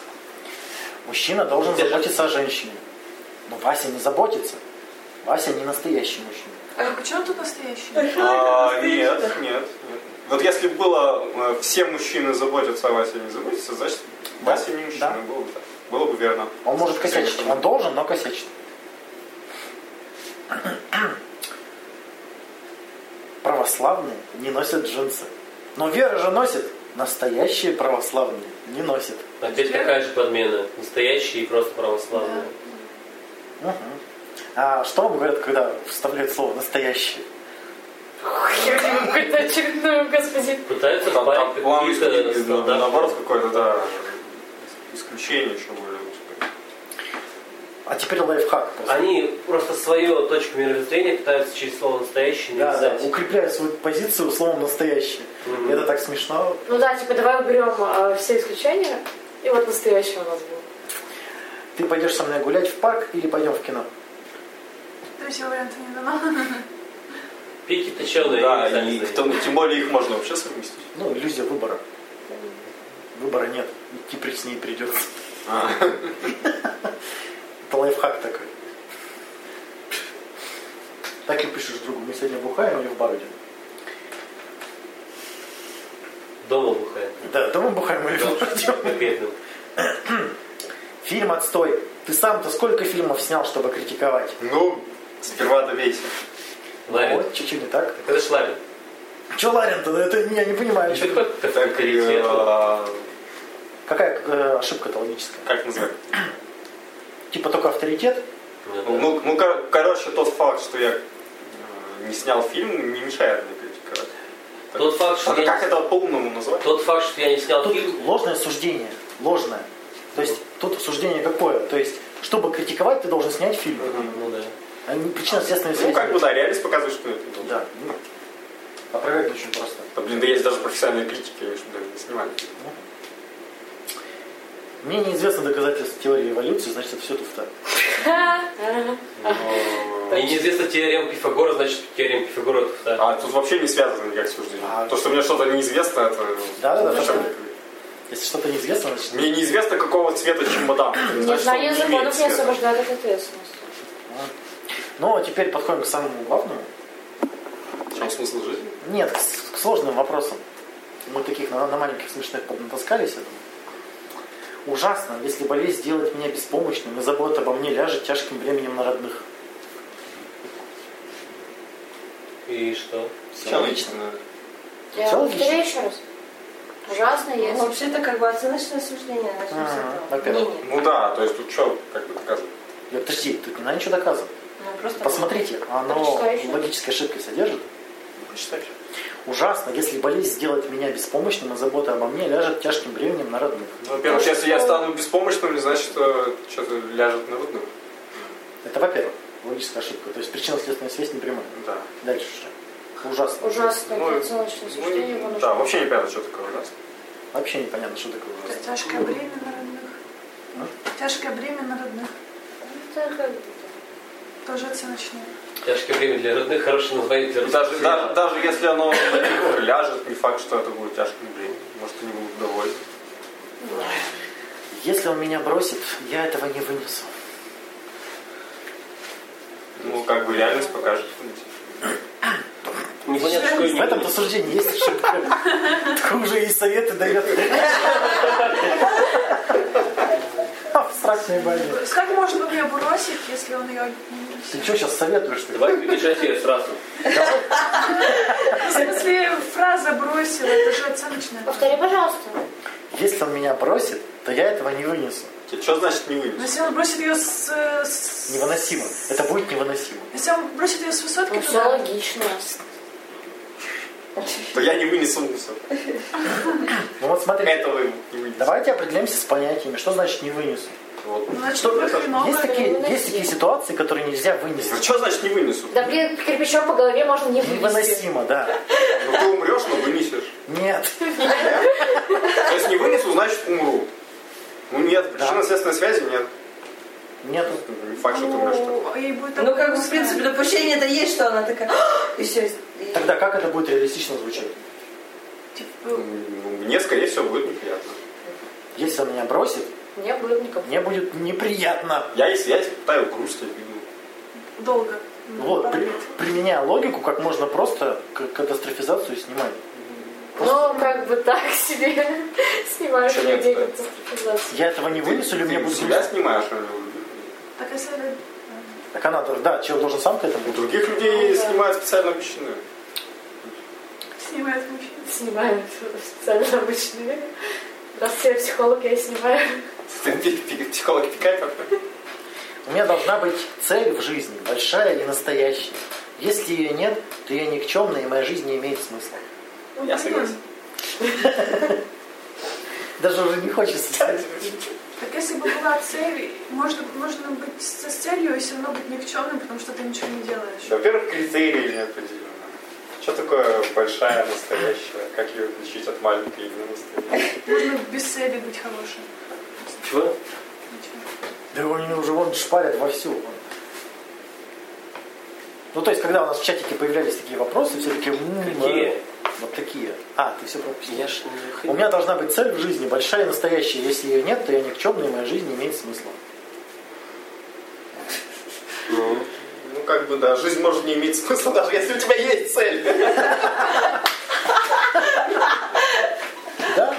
Мужчина должен заботиться о женщине. Но Вася не заботится. Вася не настоящий мужчина. а почему тут настоящий? А, нет, нет, нет. Вот если бы было э, все мужчины заботятся, а Вася не заботится, значит, Вася не мужчина. Да. Было бы так. Было бы верно. Он может косячить. Он должен, но косячит. Православные не носят джинсы. Но вера же носит. Настоящие православные не носят. Опять такая же подмена. Настоящие и просто православные. Мгм. А что вам говорят, когда вставляют слово «настоящий»? Я вижу какую-то очередную, господи. Пытаются Там, там впарить план какие-то исключ- на- стандарты. наоборот какой-то, да, исключение, что более узкое. А теперь лайфхак просто. Они просто свою точку мировоззрения пытаются через слово настоящий Да, да, навязать. укрепляют свою позицию словом «настоящий». Мгм. Это так смешно. Ну да, типа давай уберем э, все исключения, и вот настоящий у нас был. Ты пойдешь со мной гулять в парк или пойдем в кино? Третьего варианта не дано. Пики точеные. Да, они и сами в том- тем более их можно вообще совместить. Ну, иллюзия выбора. Выбора нет. Идти при с ней придется. А. Это лайфхак такой. Так и пишешь другу. Мы сегодня бухаем или в бар идем? знают. Дома бухает. Да, дома бухаем или в бар идем? Конкретно. Фильм отстой. Ты сам-то сколько фильмов снял, чтобы критиковать? Ну, сперва довейся. Ларин. Вот, чуть-чуть не так. Это ж Ларин. Че Ларин-то? Ну, Это я не понимаю. чё. Как Так, э, авторитет. Какая э, ошибка-то логическая? как назвать? Типа только авторитет? Ну да. Ну, ну, кор- короче, тот факт, что я э, не снял фильм, не мешает мне критиковать. Так. Тот факт, что А я- как это по-умному назвать? Тот факт, что я не снял Тут фильм, ложное суждение. Ложное. То есть тут суждение какое? То есть, чтобы критиковать, ты должен снять фильм. ну да. А не- Причина следственной связи. Ну, как бы, А да, реальность показывает, что это. было. Да. ну, Опровергнуть очень просто. Да, блин, да есть даже профессиональные критики, я еще даже не снимали. Мне неизвестно доказательство теории эволюции, значит, это все туфта. Но- Мне неизвестна теорема Пифагора, значит, теорема Пифагора это да. А тут вообще не связано никак суждение. А. То, что мне что-то неизвестно, это... Да, да, да. Зачем? Если что-то неизвестно, значит... Мне неизвестно, какого цвета чемодан. Не Значит, знание он не имеет законов не цвета. освобождает от ответственности. Ну, а теперь подходим к самому главному. В чем смысл жизни? Нет, к, с- к сложным вопросам. Мы таких на, на маленьких смешных поднатаскались. я думаю. Ужасно, если болезнь сделает меня беспомощным, и забота обо мне ляжет тяжким временем на родных. И что? Все логично. Я Всё логично. повторяю еще раз. Ужасно, Ну, если... Вообще-то как бы оценочное суждение начнем с Ага, этого. во-первых. Мнение. Ну да, то есть тут что, как бы доказывать? Я, подожди, тут не надо ничего доказывать. Ну, просто Посмотрите, оно Прочитай ещё. логические ошибки содержит. Почитать. Ужасно, если болезнь сделает меня беспомощным, и забота обо мне ляжет тяжким временем на родных. Ну, во-первых, если я стану беспомощным, не значит, что что-то ляжет на родную. Это во-первых, логическая ошибка. То есть причинно-следственная связь непрямая. Да. Дальше что? Ужасно. Ужасно, Ну, оценочное суждение Ну, понуждает. да, вообще непонятно, что такое ужасно. Вообще непонятно, что такое Это ужасно. тяжкое бремя на родных. Тяжкое бремя на родных. Ну, Это как бы- Тоже оценочное. Тяжкое время для родных, хорошее название для родных. Даже, даже, даже если оно на них ляжет, не факт, что это будет тяжким временем. Может, они будут довольны. Если он меня бросит, я этого не вынесу. Ну, как бы реальность покажет. Непонятно, что В этом-то суждении есть ошибка. Так уже и советы дает. Абстрактные боли. То есть как может он ее бросить, если он ее не несет? Ты что сейчас советуешь? ты? Давай путешествие сразу. В смысле, фраза бросила, это же оценочная. Повтори, пожалуйста. Если он меня бросит, то я этого не вынесу. Что значит не Но вынес? если он бросит ее с... э, с- Невыносимо. Это будет невыносимо. Если он бросит ее с высотки, Ну, то все да. логично. То я не вынесу мусор. Ну вот смотри. Этого ему не вынесу. Давайте определимся с понятиями, что значит не вынесу. Вот. ну, Значит, Что будет это? хреново. Есть такие, невыносимо. есть такие ситуации, которые нельзя вынести. Ну, что значит не вынесу? Да, блин, кирпичом по голове можно не вынести. Невыносимо, да. Ну, ты умрешь, но вынесешь. Нет. То есть не вынесу, значит умру. Ну нет, причинно-следственной связи нет. Ну, Нету. Не факт, что ты умрешь. так. Ну, и будет Ну, как бы, такое в принципе, грустное. допущение это есть, что она такая, «А!» и все. Тогда как это будет реалистично звучать? Ну, Типа, Мне, скорее всего, будет неприятно. Если он меня бросит, Мне было никому. мне будет неприятно. Я, если я типа, питаю грусть, обиду. долго. Ну Вот, при- применяя логику, как можно просто к- катастрофизацию снимать. Ну, как бы так себе снимаешь Чё нет, людей да? как катастрофизацию. Я этого не вынесу, или Ты мне будет себя грустно? снимаешь, а у Так если... э, Так она, да, человек должен сам к этому. других людей снимают специально обещанные. Снимает мужчина. Снимаю специально обычные. Здравствуйте, я психолог, я снимаю. Ты пи- пи- Психолог-пикапер. У меня должна быть цель в жизни, большая и настоящая. Если ее нет, то я никчемная, и моя жизнь не имеет смысла. Ну, Я понятно. согласен. Даже уже не хочется. сказать. Так если бы была цель, можно, можно быть со целью и все равно быть никчемным, потому что ты ничего не делаешь. Во-первых, критерии не определены. Что такое большая, настоящая? Как ее отличить от маленькой и настоящей? Можно без цели быть хорошим. Чего? Ничего. Да его они уже вон шпарят вовсю. Ну, то есть, когда у нас в чатике появлялись такие вопросы, все такие... «М, Какие? э, Вот такие. А, ты все пропустил. Я ж не У ходил. меня должна быть цель в жизни, большая и настоящая. Если ее нет, то я никчемный, и моя жизнь не имеет смысла. Ну, Ну, как бы, да, жизнь может не иметь смысла, даже если у тебя есть цель. Да?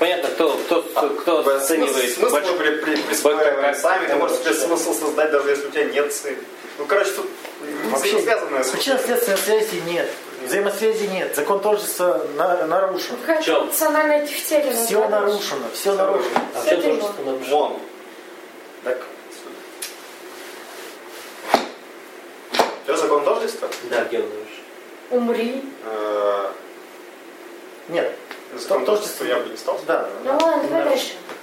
Понятно, кто, кто, кто оценивает Смысл больш- мы при- при- присваиваем сами, ты можешь себе смысл создать, даже если у тебя нет цели. Ну, короче, тут Вообще, не связанное с Причинно-следственной связи нет. Взаимосвязи нет. Закон тождества на- нарушен. Какая Чё? эмоциональная дифтерия. Все нарушено, все нарушено. А в Всё чем тяжело. творчество нарушено? Вон. Так, Что, закон тождества? Да, где он нарушен? Умри. Э, нет. Закон тождества я бы не стал. Да. Ну ладно, не давай нарушен. дальше.